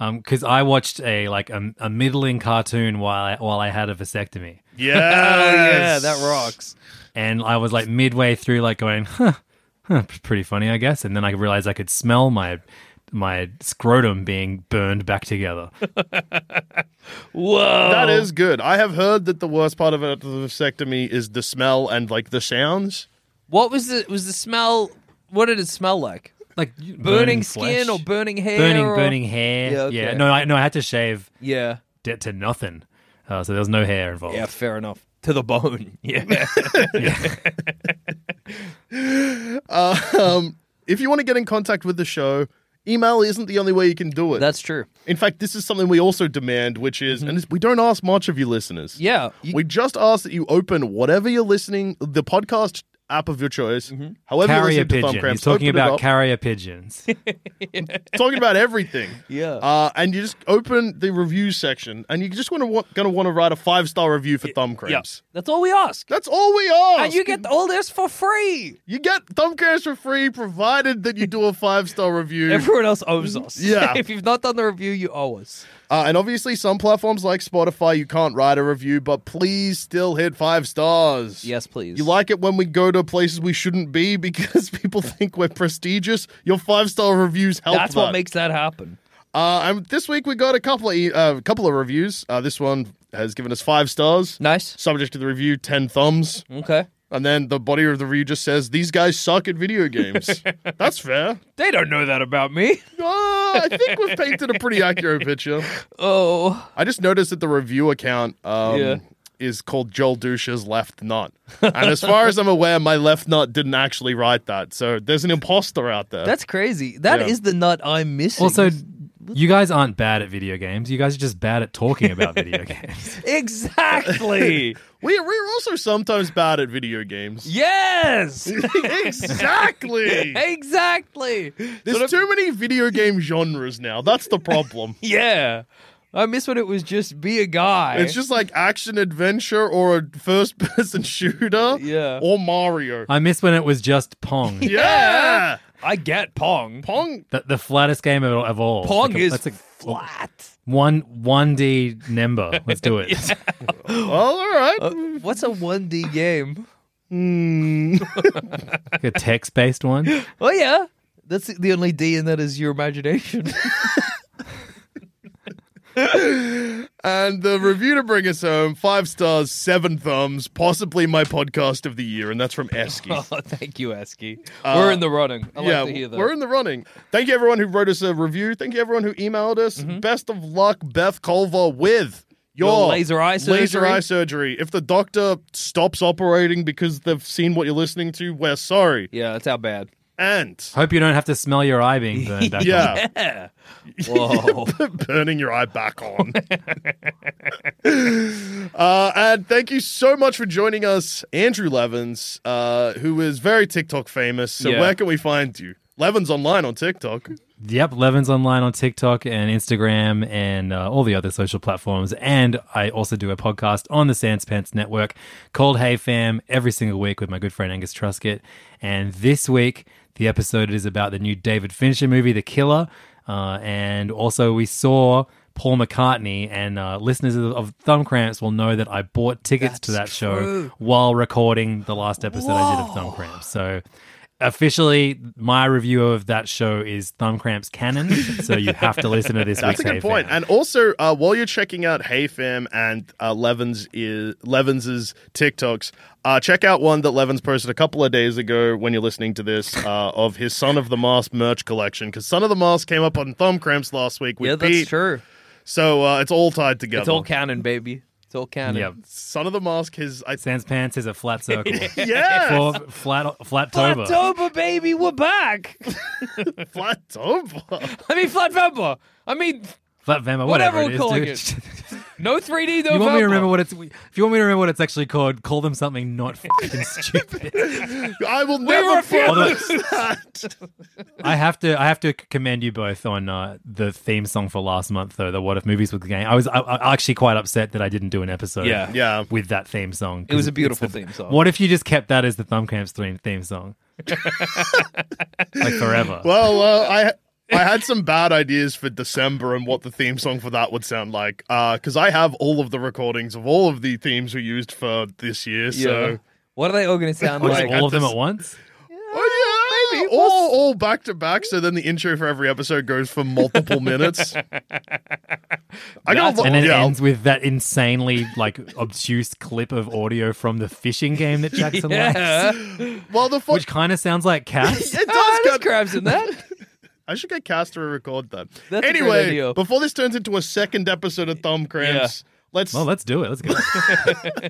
Speaker 2: Yeah.
Speaker 5: because I watched a like a, a middling cartoon while I, while I had a vasectomy,
Speaker 4: Oh, yeah,
Speaker 2: Yes.
Speaker 4: that rocks.
Speaker 5: and I was like midway through, like going, huh, huh, pretty funny, I guess. And then I realized I could smell my my scrotum being burned back together.
Speaker 4: Whoa.
Speaker 2: That is good. I have heard that the worst part of a vasectomy is the smell and like the sounds.
Speaker 4: What was the was the smell? What did it smell like?
Speaker 5: like
Speaker 4: Burning, skin
Speaker 5: flesh.
Speaker 4: or burning hair?
Speaker 5: burning
Speaker 4: or-
Speaker 5: burning hair.
Speaker 4: Yeah,
Speaker 5: Yeah,
Speaker 4: okay.
Speaker 5: No, I no, I had to shave
Speaker 4: Yeah.
Speaker 5: d- to nothing, uh, so there was no hair involved.
Speaker 4: Yeah, fair enough. To the bone. Yeah.
Speaker 2: Um, if you want to get in contact with the show, email isn't the only way you can do it.
Speaker 4: That's true.
Speaker 2: in fact, this is something we also demand, which
Speaker 5: Mm-hmm.
Speaker 2: is, and this, we don't ask much of you listeners.
Speaker 4: Yeah. you-
Speaker 2: we just ask that you open whatever you're listening, the podcast app of your choice, however
Speaker 5: Mm-hmm. Carrier
Speaker 2: you're listening to
Speaker 5: pigeon.
Speaker 2: Thumbcramps,
Speaker 5: He's
Speaker 2: open
Speaker 5: talking
Speaker 2: it
Speaker 5: about
Speaker 2: up.
Speaker 5: carrier pigeons.
Speaker 2: talking about everything.
Speaker 4: Yeah.
Speaker 2: Uh, and you just open the review section, and you just want to want, going to want to write a five star review for Thumbcramps.
Speaker 4: That's all we ask.
Speaker 2: That's all we ask.
Speaker 4: And you get all this for free.
Speaker 2: You get Thumbcramps for free, provided that you do a five star review.
Speaker 4: Everyone else owes us.
Speaker 2: Yeah.
Speaker 4: if you've not done the review, you owe us.
Speaker 2: Uh, and obviously, some platforms like Spotify, you can't write a review, but please still hit five stars.
Speaker 4: Yes, please.
Speaker 2: You like it when we go to places we shouldn't be because people think we're prestigious. Your five star reviews help.
Speaker 4: That's
Speaker 2: that.
Speaker 4: what makes that happen.
Speaker 2: Uh, and this week we got a couple of e- uh, couple of reviews. Uh, this one has given us five stars.
Speaker 4: Nice. Mm.
Speaker 2: Subject to the review, ten thumbs,
Speaker 4: Okay.
Speaker 2: and then the body of the review just says these guys suck at video games. That's fair.
Speaker 4: They don't know that about me.
Speaker 2: Uh, I think we've painted a pretty accurate picture.
Speaker 4: Oh.
Speaker 2: I just noticed that the review account um,
Speaker 4: Yeah.
Speaker 2: is called Joel Dusha's Left Nut. And as far as I'm aware, my left nut didn't actually write that. So there's an imposter out there.
Speaker 4: That's crazy. That is
Speaker 2: Yeah.
Speaker 4: the nut I'm missing.
Speaker 5: also, you guys aren't bad at video games. You guys are just bad at talking about video games.
Speaker 4: exactly.
Speaker 2: we, we're also sometimes bad at video games.
Speaker 4: yes.
Speaker 2: exactly.
Speaker 4: exactly.
Speaker 2: There's too many video game genres now. That's the problem.
Speaker 4: Yeah. I miss when it was just be a guy.
Speaker 2: It's just like action adventure or a first person shooter
Speaker 4: Yeah.
Speaker 2: or Mario.
Speaker 5: I miss when it was just Pong.
Speaker 2: yeah.
Speaker 4: I get Pong.
Speaker 2: Pong
Speaker 5: The, the flattest game of, of all.
Speaker 4: Pong
Speaker 5: Like a-
Speaker 4: is
Speaker 5: that's a
Speaker 4: flat.
Speaker 5: one one D number. Let's do it.
Speaker 2: well, all right.
Speaker 4: Uh, What's a 1D game?
Speaker 5: Like a text based one.
Speaker 4: Oh yeah. That's the only D in that is your imagination.
Speaker 2: And the review to bring us home, five stars, seven thumbs, possibly my podcast of the year, and that's from
Speaker 4: oh,
Speaker 2: Esky.
Speaker 4: thank you, Esky. We're in the running. I
Speaker 2: Uh, yeah,
Speaker 4: like to hear that.
Speaker 2: we're in the running. Thank you everyone who wrote us a review. Thank you everyone who emailed us. Best of luck, Beth Culver, with your,
Speaker 4: Mm-hmm. Your laser eye
Speaker 2: laser
Speaker 4: surgery?
Speaker 2: eye surgery. If the doctor stops operating because they've seen what you're listening to, we're sorry.
Speaker 4: yeah, that's how bad.
Speaker 2: And
Speaker 5: Hope you don't have to smell your eye being burned. back on.
Speaker 2: yeah,
Speaker 4: Yeah. Whoa.
Speaker 2: burning your eye back on. uh, and thank you so much for joining us, Andrew Levins, uh, who is very TikTok famous. So
Speaker 4: Yeah.
Speaker 2: where can we find you? Levins online on TikTok.
Speaker 5: Yep, Levin's online on TikTok and Instagram and uh, all the other social platforms. And I also do a podcast on the Sans Pants Network called Hey Fam every single week with my good friend Angus Truscott. And this week, the episode is about the new David Fincher movie, The Killer. Uh, and also, we saw Paul McCartney, and uh, listeners of, of Thumb Cramps will know that I bought tickets to that show while recording the last episode I did of Thumb Cramps. So officially my review of that show is Thumb Cramps canon, so you have to listen to this
Speaker 2: That's
Speaker 5: week's
Speaker 2: a good
Speaker 5: AFM.
Speaker 2: point. And also, uh, while you're checking out Hey Fam and uh, Levins is Levins's TikToks, uh, check out one that Levins posted a couple of days ago when you're listening to this uh, of his Son of the Mask merch collection because Son of the Mask came up on Thumb Cramps last week. With
Speaker 4: yeah, that's
Speaker 2: Pete.
Speaker 4: true.
Speaker 2: So uh, it's all tied together.
Speaker 4: It's all canon, baby. It's all canon.
Speaker 5: Yep.
Speaker 2: Son of the Mask. His I,
Speaker 5: Sans pants is a flat circle.
Speaker 2: Yes!
Speaker 5: For flat flat tober.
Speaker 4: Flatober, baby, we're back.
Speaker 2: flat over.
Speaker 4: I mean, Flatovber. I mean,
Speaker 5: Flat Vemma,
Speaker 4: Whatever
Speaker 5: whatever,
Speaker 4: we're calling
Speaker 5: it is,
Speaker 4: it.
Speaker 5: dude.
Speaker 4: no 3D, no
Speaker 5: you want me
Speaker 4: Vember.
Speaker 5: to remember what it's? If you want me to remember what it's actually called, call them something not fucking stupid.
Speaker 2: I will
Speaker 4: We
Speaker 2: never forget
Speaker 4: refuse.
Speaker 2: that.
Speaker 5: I have to, I have to commend you both on uh, the theme song for last month, though. The What If Movies with the game. I was, I, I actually quite upset that I didn't do an episode.
Speaker 4: Yeah.
Speaker 2: Yeah.
Speaker 5: uh, With that theme song,
Speaker 4: It was a
Speaker 5: 'cause it's
Speaker 4: beautiful
Speaker 5: the-
Speaker 4: theme song.
Speaker 5: What if you just kept that as the Thumbcramps theme theme song, like forever?
Speaker 2: Well, uh, I. I had some bad ideas for December and what the theme song for that would sound like. Because I have all of the recordings of all of the themes we used for this year. So,
Speaker 4: Yeah. What are they all going to sound
Speaker 5: Or just
Speaker 4: like?
Speaker 5: all of them
Speaker 2: this-
Speaker 5: at once.
Speaker 2: oh yeah, maybe all all back to back. So then the intro for every episode goes for multiple minutes. I got
Speaker 5: and then it
Speaker 2: Oh, yeah,
Speaker 5: ends with that insanely like obtuse clip of audio from the fishing game that Jackson likes,
Speaker 4: yeah.
Speaker 2: Well, the fuck
Speaker 5: which kind of sounds like cats.
Speaker 2: it does
Speaker 4: Oh, there's
Speaker 2: get
Speaker 4: crabs in that.
Speaker 2: I should get Cass to record that.
Speaker 4: That's a great
Speaker 2: anyway,
Speaker 4: idea.
Speaker 2: before this turns into a second episode of Thumb Cramps, let's
Speaker 5: Well, let's do it. Let's go.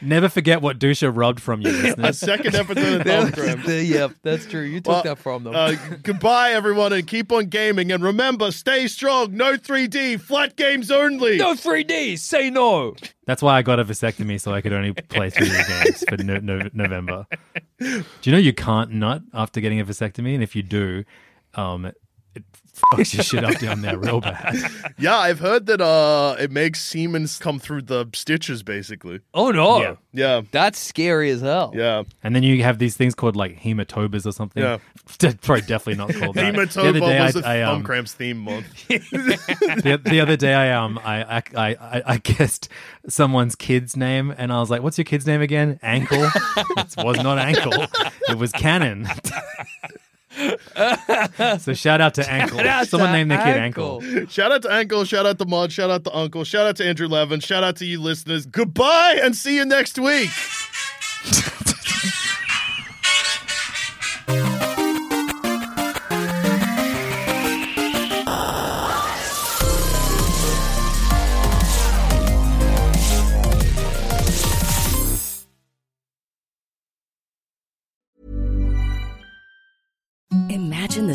Speaker 5: Never forget what Dusha rubbed from
Speaker 2: a
Speaker 5: you, listeners.
Speaker 2: second episode of Thumb Cramps.
Speaker 4: Oh, yep, that's true. You took
Speaker 2: Well,
Speaker 4: that from them.
Speaker 2: Uh, goodbye, everyone, and keep on gaming. And remember, stay strong. No 3D, flat games only.
Speaker 4: no 3D, say no.
Speaker 5: That's why I got a vasectomy so I could only play 3D games for no- no- November. Do you know you can't nut after getting a vasectomy? And if you do, um, it fucks your shit up down there real bad.
Speaker 2: Yeah, I've heard that uh, it makes semen come through the stitches, basically.
Speaker 4: Oh no,
Speaker 5: Yeah.
Speaker 2: Yeah,
Speaker 4: that's scary as hell.
Speaker 2: yeah.
Speaker 5: And then you have these things called like hematobas or something.
Speaker 2: Yeah.
Speaker 5: Probably definitely not called that. The other day
Speaker 2: Hematoma was a
Speaker 5: I- I,
Speaker 2: Thumb
Speaker 5: um,
Speaker 2: Cramps theme month.
Speaker 5: the, the other day, I um, I, I I I guessed someone's kid's name, and I was like, "What's your kid's name again?" Ankle. it was not ankle. It was Cannon. so shout out to Ankle.
Speaker 4: Shout out
Speaker 5: Someone
Speaker 4: to
Speaker 5: named their kid Ankle.
Speaker 2: shout out to Ankle, shout out to Mod, shout out to Uncle, shout out to Andrew Levin, shout out to you listeners. Goodbye and see you next week.
Speaker 6: Imagine the